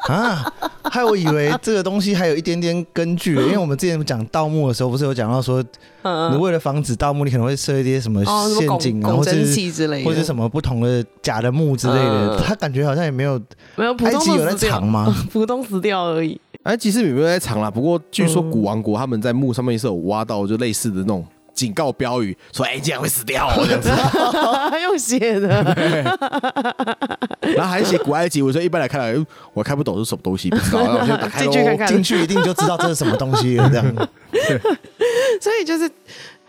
[SPEAKER 1] 啊，害我以为这个东西还有一点点根据，因为我们之前讲盗墓的时候，不是有讲到说，你
[SPEAKER 3] 嗯，
[SPEAKER 1] 为了防止盗墓，你可能会设一些什么
[SPEAKER 3] 哦，什么
[SPEAKER 1] 陷
[SPEAKER 3] 拱
[SPEAKER 1] 阱啊，
[SPEAKER 3] 拱
[SPEAKER 1] 或
[SPEAKER 3] 蒸
[SPEAKER 1] 是
[SPEAKER 3] 汽之类的，
[SPEAKER 1] 或者什么不同的假的墓之类的。
[SPEAKER 3] 嗯
[SPEAKER 1] 他感觉好像也没有，
[SPEAKER 3] 没有普
[SPEAKER 1] 埃
[SPEAKER 3] 通
[SPEAKER 1] 及有在
[SPEAKER 3] 死掉
[SPEAKER 1] 藏， [laughs]
[SPEAKER 3] [laughs]
[SPEAKER 1] 吗？
[SPEAKER 3] 普通死掉而已， [laughs]
[SPEAKER 2] 哎，其实也没有在藏啦。不过据说
[SPEAKER 3] 嗯
[SPEAKER 2] 古王国他们在墓上面是有挖到就类似的那种警告标语，说哎，你竟然会死掉
[SPEAKER 3] [laughs]
[SPEAKER 2] 哦，这样子
[SPEAKER 3] 用写的，
[SPEAKER 2] 然后还写古埃及文，所以一般来看来嗯我看不懂是什么东西，不
[SPEAKER 3] [laughs]
[SPEAKER 2] 知道，然后我就打开
[SPEAKER 3] 进去看
[SPEAKER 2] 喽。
[SPEAKER 3] 看
[SPEAKER 1] 进去一定就知道这是什么东西了，这
[SPEAKER 3] [laughs]
[SPEAKER 1] 样。
[SPEAKER 3] 所以就是。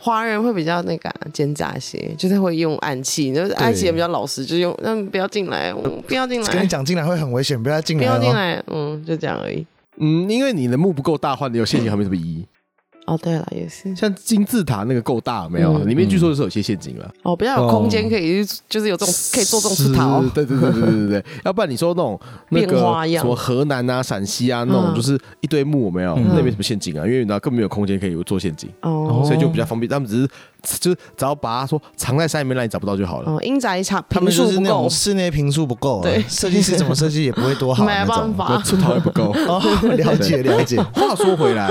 [SPEAKER 3] 华人会比较那个啊奸诈些，就是会用暗器，就是埃及人比较老实，就是用嗯不要进来，嗯不要进
[SPEAKER 1] 跟你
[SPEAKER 3] 来，
[SPEAKER 1] 讲进来会很危险，不要进
[SPEAKER 3] 不
[SPEAKER 1] 来
[SPEAKER 3] 要进
[SPEAKER 1] 哦。
[SPEAKER 3] 来，嗯就这样而已。
[SPEAKER 2] 嗯，因为你的墓不够大，换你有陷阱还没什么意义。
[SPEAKER 3] 哦对了也是，
[SPEAKER 2] 像金字塔那个够大没有？
[SPEAKER 3] 嗯
[SPEAKER 2] 里面据说是有些陷阱了。
[SPEAKER 3] 哦比较有空间可以去，就是有这种可以做这种出逃
[SPEAKER 2] 是，对对对对对
[SPEAKER 3] [laughs]
[SPEAKER 2] 对对，要不然你说那种那个
[SPEAKER 3] 变花样
[SPEAKER 2] 什么河南啊、陕西啊那种，
[SPEAKER 3] 嗯
[SPEAKER 2] 就是一堆墓有没有，
[SPEAKER 1] 嗯
[SPEAKER 2] 那边什么陷阱啊，因为你知道根本没有空间可以做陷阱，
[SPEAKER 3] 哦
[SPEAKER 2] 所以就比较方便。他们只是就是只要把它说藏在山里面，让你找不到就好了。
[SPEAKER 3] 哦，英宅场
[SPEAKER 1] 他们
[SPEAKER 3] 平
[SPEAKER 1] 就
[SPEAKER 3] 数
[SPEAKER 1] 是
[SPEAKER 3] 不
[SPEAKER 1] 那
[SPEAKER 3] 够
[SPEAKER 1] 种，室内平数不够啊，
[SPEAKER 3] 对
[SPEAKER 1] 设计师怎么设计也不会多好，
[SPEAKER 3] [laughs] 没办。
[SPEAKER 2] 那
[SPEAKER 3] 法，
[SPEAKER 2] 出逃也不
[SPEAKER 3] [laughs]
[SPEAKER 2] 够。
[SPEAKER 1] 哦，了解了解，
[SPEAKER 2] 话说回来，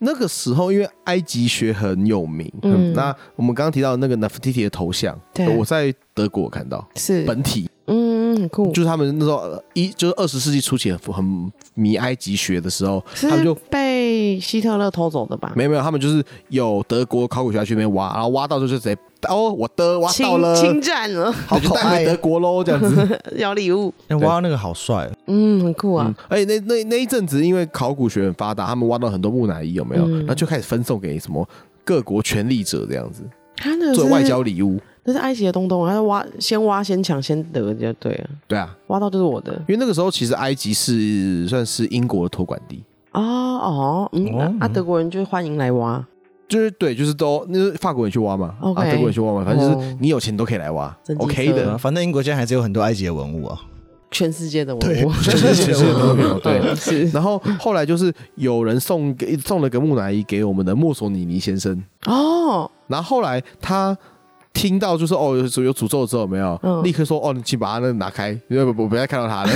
[SPEAKER 2] 那个时候因为埃及学很有名，
[SPEAKER 3] 嗯
[SPEAKER 2] 那我们刚刚提到那个 Nefertiti 的头像，
[SPEAKER 3] 对
[SPEAKER 2] 我在德国看到
[SPEAKER 3] 是
[SPEAKER 2] 本体，
[SPEAKER 3] 嗯，很酷，
[SPEAKER 2] 就是他们那时候呃一就是二十世纪初期很很迷埃及学的时候，他们
[SPEAKER 3] 是
[SPEAKER 2] 就
[SPEAKER 3] 被希特勒偷走的吧？
[SPEAKER 2] [laughs] 没有没有，他们就是有德国考古学家去那边挖，然后挖到就是谁哦，我的挖
[SPEAKER 3] 侵
[SPEAKER 2] 到了，
[SPEAKER 3] 侵占了， [laughs]
[SPEAKER 2] 好就带回德国喽，这样子。
[SPEAKER 3] 要礼物，
[SPEAKER 1] 哎挖到那个好帅哦，
[SPEAKER 3] 嗯，很酷啊
[SPEAKER 2] 嗯，，而且那那那一阵子，因为考古学很发达，他们挖到很多木乃伊，有没有？
[SPEAKER 3] 嗯
[SPEAKER 2] 然后就开始分送给什么各国权力者这样子，
[SPEAKER 3] 他那个
[SPEAKER 2] 作
[SPEAKER 3] 是
[SPEAKER 2] 为外交，礼物。
[SPEAKER 3] 那是埃及的东东，他挖先挖先抢先得就对了，
[SPEAKER 2] 对啊，
[SPEAKER 3] 挖到就是我的
[SPEAKER 2] 因为那个时候其实埃及是算是英国的托管地，
[SPEAKER 3] 哦哦，嗯，
[SPEAKER 1] 哦
[SPEAKER 3] 啊，德国人就欢迎来挖，
[SPEAKER 2] 就是对，就是都那是法国人去挖嘛
[SPEAKER 3] OK
[SPEAKER 2] 啊，德国人去挖嘛，反正就
[SPEAKER 3] 哦
[SPEAKER 2] 是你有钱你都可以来挖
[SPEAKER 3] 真机车
[SPEAKER 2] ，OK 的。
[SPEAKER 1] 反正英国现在还是有很多埃及的文物啊。
[SPEAKER 3] 全世界的
[SPEAKER 1] 对
[SPEAKER 3] 文物， [laughs]
[SPEAKER 2] 就是其实都有对，
[SPEAKER 3] 嗯是
[SPEAKER 2] 然后后来就是有人送给送了个木乃伊给我们的墨索里尼先生，
[SPEAKER 3] 哦，
[SPEAKER 2] 然后后来他听到就是哦有有诅咒之后有没有，
[SPEAKER 3] 嗯
[SPEAKER 2] 立刻说哦你请把他那个拿开，因为我我不要看到他
[SPEAKER 3] [laughs]
[SPEAKER 2] 了。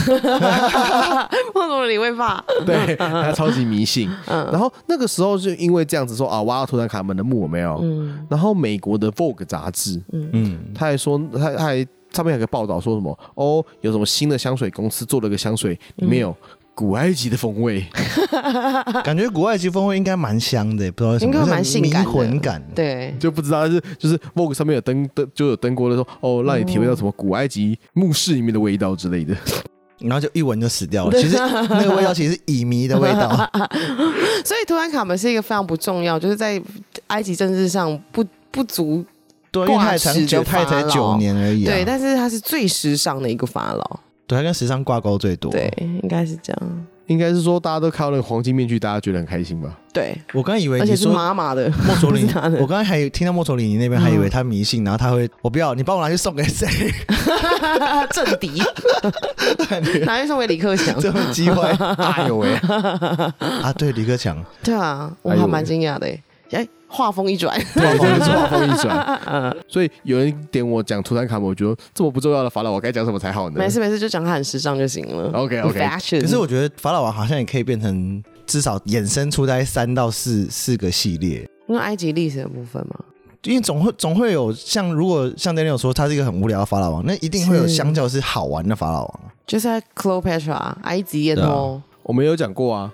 [SPEAKER 3] 为什么你会怕？
[SPEAKER 2] 对他超级迷信。
[SPEAKER 3] 嗯
[SPEAKER 2] 然后那个时候就因为这样子说啊挖到图坦卡门的墓有没有，
[SPEAKER 3] 嗯
[SPEAKER 2] 然后美国的 Vogue 杂志
[SPEAKER 1] 嗯，
[SPEAKER 2] 他还说他他还上面有个报道说什么哦有什么新的香水公司做了个香水里面有
[SPEAKER 3] 嗯
[SPEAKER 2] 古埃及的风味。
[SPEAKER 1] 感觉古埃及风味应该蛮香的，不知道为什么，
[SPEAKER 3] 应该
[SPEAKER 1] 就是
[SPEAKER 3] 蛮性感的
[SPEAKER 1] 迷魂感。
[SPEAKER 3] 对，
[SPEAKER 2] 就不知道，但是就是 Vogue 上面有登登就有登过的说，哦，让你体会到什么古埃及墓室里面的味道之类的。
[SPEAKER 1] 然后就一闻就死掉了。其实那个味道其实是乙醚的味道，
[SPEAKER 3] [laughs] 所以图坦卡门是一个非常不重要，就是在埃及政治上不不足
[SPEAKER 1] 对，啊因为它也才
[SPEAKER 3] 挂齿的
[SPEAKER 1] 就它也才
[SPEAKER 3] 法老
[SPEAKER 1] 九年而已、啊。
[SPEAKER 3] 对，但是他是最时尚的一个法老，
[SPEAKER 1] 对，它跟时尚挂钩最多。
[SPEAKER 3] 对，，应该是这样，
[SPEAKER 2] [laughs] 应该是说大家都看到那个黄金面具，大家觉得很开心 [laughs] 吧？
[SPEAKER 3] 对，
[SPEAKER 1] 我刚以为
[SPEAKER 3] 而
[SPEAKER 1] 你
[SPEAKER 3] 且是
[SPEAKER 1] 说
[SPEAKER 3] 妈妈的， [laughs]
[SPEAKER 1] 墨索里尼
[SPEAKER 3] 不是他的，嗯
[SPEAKER 1] 我刚才还有听到墨索里尼那边还以为他迷信，然后他会，我不要，你帮我拿去送给谁？ [laughs]
[SPEAKER 3] 政敌，拿去送给李克强，
[SPEAKER 1] 这么
[SPEAKER 3] [laughs]
[SPEAKER 1] 机会，哎呦喂！啊，对，李克强，
[SPEAKER 3] 对啊，我
[SPEAKER 2] 哎呦
[SPEAKER 3] 还蛮惊讶的欸，哎，话锋一转，嗯
[SPEAKER 2] 对，就是话锋一 [laughs]
[SPEAKER 1] 啊
[SPEAKER 3] [laughs]
[SPEAKER 2] 转。所以有人点我讲图坦卡蒙，我觉得这么不重要的法老，我该讲什么才好呢？
[SPEAKER 3] 没事没事，就讲他很时尚就行了
[SPEAKER 2] OK，OK
[SPEAKER 3] fashion，
[SPEAKER 1] 可是我觉得法老王好像也可以变成至少衍生出大概三到四四个系列，
[SPEAKER 3] 因为埃及历史的部分嘛，
[SPEAKER 1] 因为总会总会有像如果像 Daniel 说他是一个很无聊的法老王，那一定会有
[SPEAKER 3] 是
[SPEAKER 1] 相较是好玩的法老王。啊
[SPEAKER 3] 就是在 Cleopatra 埃及艳后，
[SPEAKER 2] 我们有讲过啊，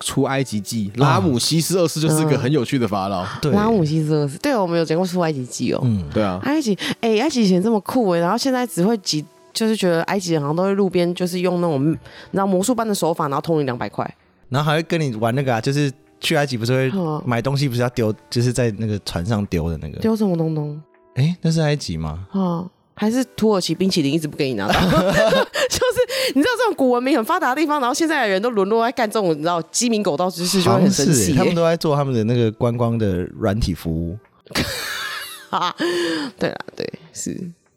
[SPEAKER 2] 出埃及记，拉姆西斯二世就是个很有趣的法老。
[SPEAKER 1] 对，
[SPEAKER 3] 拉姆西斯二世，对，我们有讲过出埃及记哦，
[SPEAKER 1] 嗯，
[SPEAKER 2] 对啊，
[SPEAKER 3] 埃及，哎、埃及以前这么酷哎、然后现在只会几，就是觉得埃及人好像都会路边，就是用那种你知道魔术般的手法，然后偷你两百块。
[SPEAKER 1] 然后还会跟你玩那个啊，就是去埃及不是会
[SPEAKER 3] 哦，
[SPEAKER 1] 买东西不是要丢，就是在那个船上丢的那个，
[SPEAKER 3] 丢什么东东
[SPEAKER 1] 哎，那是埃及吗？
[SPEAKER 3] 哦，还是土耳其冰淇淋一直不给你拿到， [laughs] 就是你知道这种古文明很发达的地方，然后现在的人都沦落在干这种你知道鸡鸣狗盗之事，就
[SPEAKER 1] 好
[SPEAKER 3] 会
[SPEAKER 1] 像
[SPEAKER 3] 很生
[SPEAKER 1] 是
[SPEAKER 3] 气
[SPEAKER 1] 欸
[SPEAKER 3] 欸、
[SPEAKER 1] 他们都在做他们的那个观光的软体服
[SPEAKER 3] [laughs]
[SPEAKER 1] 务。
[SPEAKER 3] 啊， [laughs] 对啦，对，是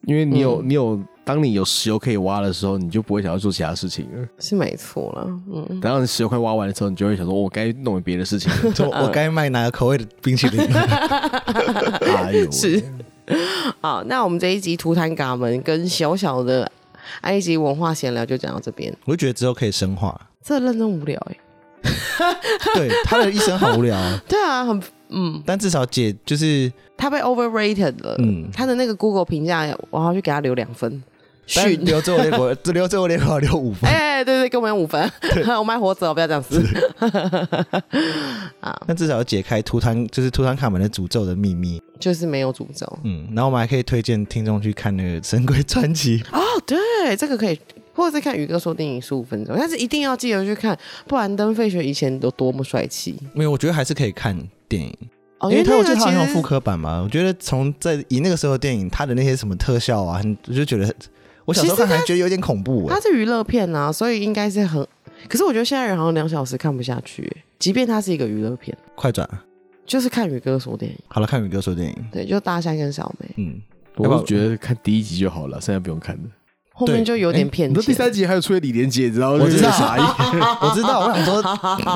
[SPEAKER 2] 因为你有、你有，当你有石油可以挖的时候，你就不会想要做其他事情了。
[SPEAKER 3] 是没错啦，嗯，
[SPEAKER 2] 等到你石油快挖完的时候，你就会想说，哦我该弄点别的事情了。 [laughs]
[SPEAKER 1] 就我该卖哪个口味的冰
[SPEAKER 3] [laughs]
[SPEAKER 1] 淇淋？
[SPEAKER 2] 哎呦喂，
[SPEAKER 3] 是。好，啊那我们这一集图坦卡门跟小小的埃及文化闲聊就讲到这边，
[SPEAKER 1] 我就觉得之后可以深化。
[SPEAKER 3] 这认真无聊哎、
[SPEAKER 1] 对，他的一生好无聊啊，
[SPEAKER 3] 对啊，很嗯，
[SPEAKER 1] 但至少姐就是
[SPEAKER 3] 他被 overrated 了。
[SPEAKER 1] 嗯
[SPEAKER 3] 他的那个 Google 评价，我要去给他留两分，
[SPEAKER 1] 但
[SPEAKER 3] 逊。
[SPEAKER 1] 留最后结 [laughs] 果，只留最后结果留五分。
[SPEAKER 3] [laughs] 哎、对对，跟我们五分， [laughs] 我们还活着哦，不要这样子。 [laughs] 啊，
[SPEAKER 1] 但至少有解开图坦就是图坦卡门的诅咒的秘密，
[SPEAKER 3] 就是没有诅咒哦
[SPEAKER 1] 嗯，然后我们还可以推荐听众去看那个《神鬼传奇》，。
[SPEAKER 3] 哦对，这个可以，或者是看宇哥说电影十五分钟，但是一定要记得去看，不然登费雪以前有多么帅气
[SPEAKER 1] [laughs] 没有，我觉得还是可以看电影，
[SPEAKER 3] 哦，
[SPEAKER 1] 因为他
[SPEAKER 3] 那
[SPEAKER 1] 我
[SPEAKER 3] 个
[SPEAKER 1] 记得他好像有
[SPEAKER 3] 其
[SPEAKER 1] 复
[SPEAKER 3] 实
[SPEAKER 1] 刻版嘛，我觉得从在以那个时候的电影，他的那些什么特效啊，很我就觉得我小时候看还觉得有点恐怖哎、
[SPEAKER 3] 它是娱乐片啊，所以应该是很。可是我觉得现在人好像两小时看不下去耶，即便它是一个娱乐片，
[SPEAKER 1] [laughs] 快转，
[SPEAKER 3] 就是看宇哥说电影，
[SPEAKER 1] 好了，看宇哥说电影，
[SPEAKER 3] 对，就大象跟小梅。
[SPEAKER 1] 嗯，
[SPEAKER 2] 我是觉得看第一集就好了，剩下不用看的。
[SPEAKER 3] 后面
[SPEAKER 1] 对哎
[SPEAKER 3] 就有点骗
[SPEAKER 2] 你 [laughs]
[SPEAKER 3] 钱。
[SPEAKER 2] 说第三集还有出现李连杰，你知道吗？
[SPEAKER 1] 我知道
[SPEAKER 2] 就是
[SPEAKER 1] [laughs]
[SPEAKER 2] 傻眼
[SPEAKER 1] [laughs] 我知道，我想说，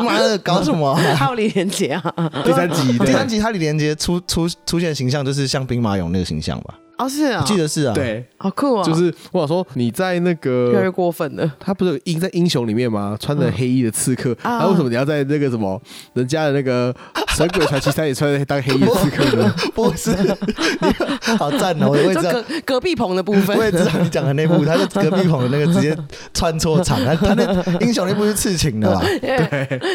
[SPEAKER 1] 妈的，搞什 [laughs] 么啊、
[SPEAKER 3] 哦还有李连杰啊？
[SPEAKER 2] 第三集，对
[SPEAKER 1] 第三集他李连杰出出出现的形象就是像兵马俑那个形象吧？
[SPEAKER 3] 哦，是啊
[SPEAKER 1] 我，记得是啊，，
[SPEAKER 2] 对，
[SPEAKER 3] 好酷啊，
[SPEAKER 2] 就是我想说你在那
[SPEAKER 1] 呃
[SPEAKER 3] 越来越
[SPEAKER 2] 个。
[SPEAKER 3] 过分了。
[SPEAKER 2] 他不是有
[SPEAKER 1] 嗯
[SPEAKER 2] 英在英雄里面吗？穿着黑衣的刺客，
[SPEAKER 1] [laughs]
[SPEAKER 3] 啊
[SPEAKER 2] 他为什么你要在那个什么人家的那个神鬼传奇三》也穿当黑衣刺客的，
[SPEAKER 1] 不是，你 [laughs] 好赞哦！我也知
[SPEAKER 3] 就
[SPEAKER 1] 道，
[SPEAKER 3] 隔隔壁棚的部分
[SPEAKER 1] 我，也知道你讲的那部，他是隔壁棚的那个直接穿错场，他他那英雄那部是刺青的吧？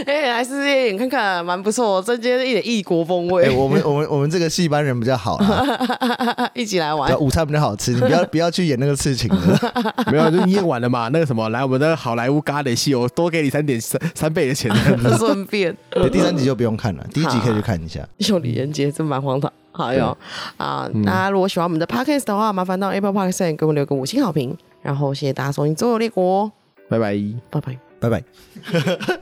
[SPEAKER 3] 哎，还是一眼看看蛮不错，这接一点异国风
[SPEAKER 1] 哎、
[SPEAKER 3] 味，
[SPEAKER 1] 我们我们我们这个戏班人比较好啦，
[SPEAKER 3] 一起来玩
[SPEAKER 1] 对。午餐比较好吃，你不要不要去演那个刺青的，
[SPEAKER 2] 没有，就念完了嘛。那个什么，来我们的好莱坞咖喱戏，我多给你三点三三
[SPEAKER 1] [laughs]
[SPEAKER 2] 倍的钱。
[SPEAKER 3] 顺便，
[SPEAKER 1] 对第三集就不用看了，第一集可以去看一下。
[SPEAKER 3] 有李仁杰真蛮荒唐。好哟啊，大家如果喜欢我们的 podcast 的话，麻烦到 Apple Podcast 上给我们留个五星好评。然后谢谢大家收听《周游列国》，
[SPEAKER 2] 拜拜。
[SPEAKER 3] 拜拜。
[SPEAKER 1] 拜拜。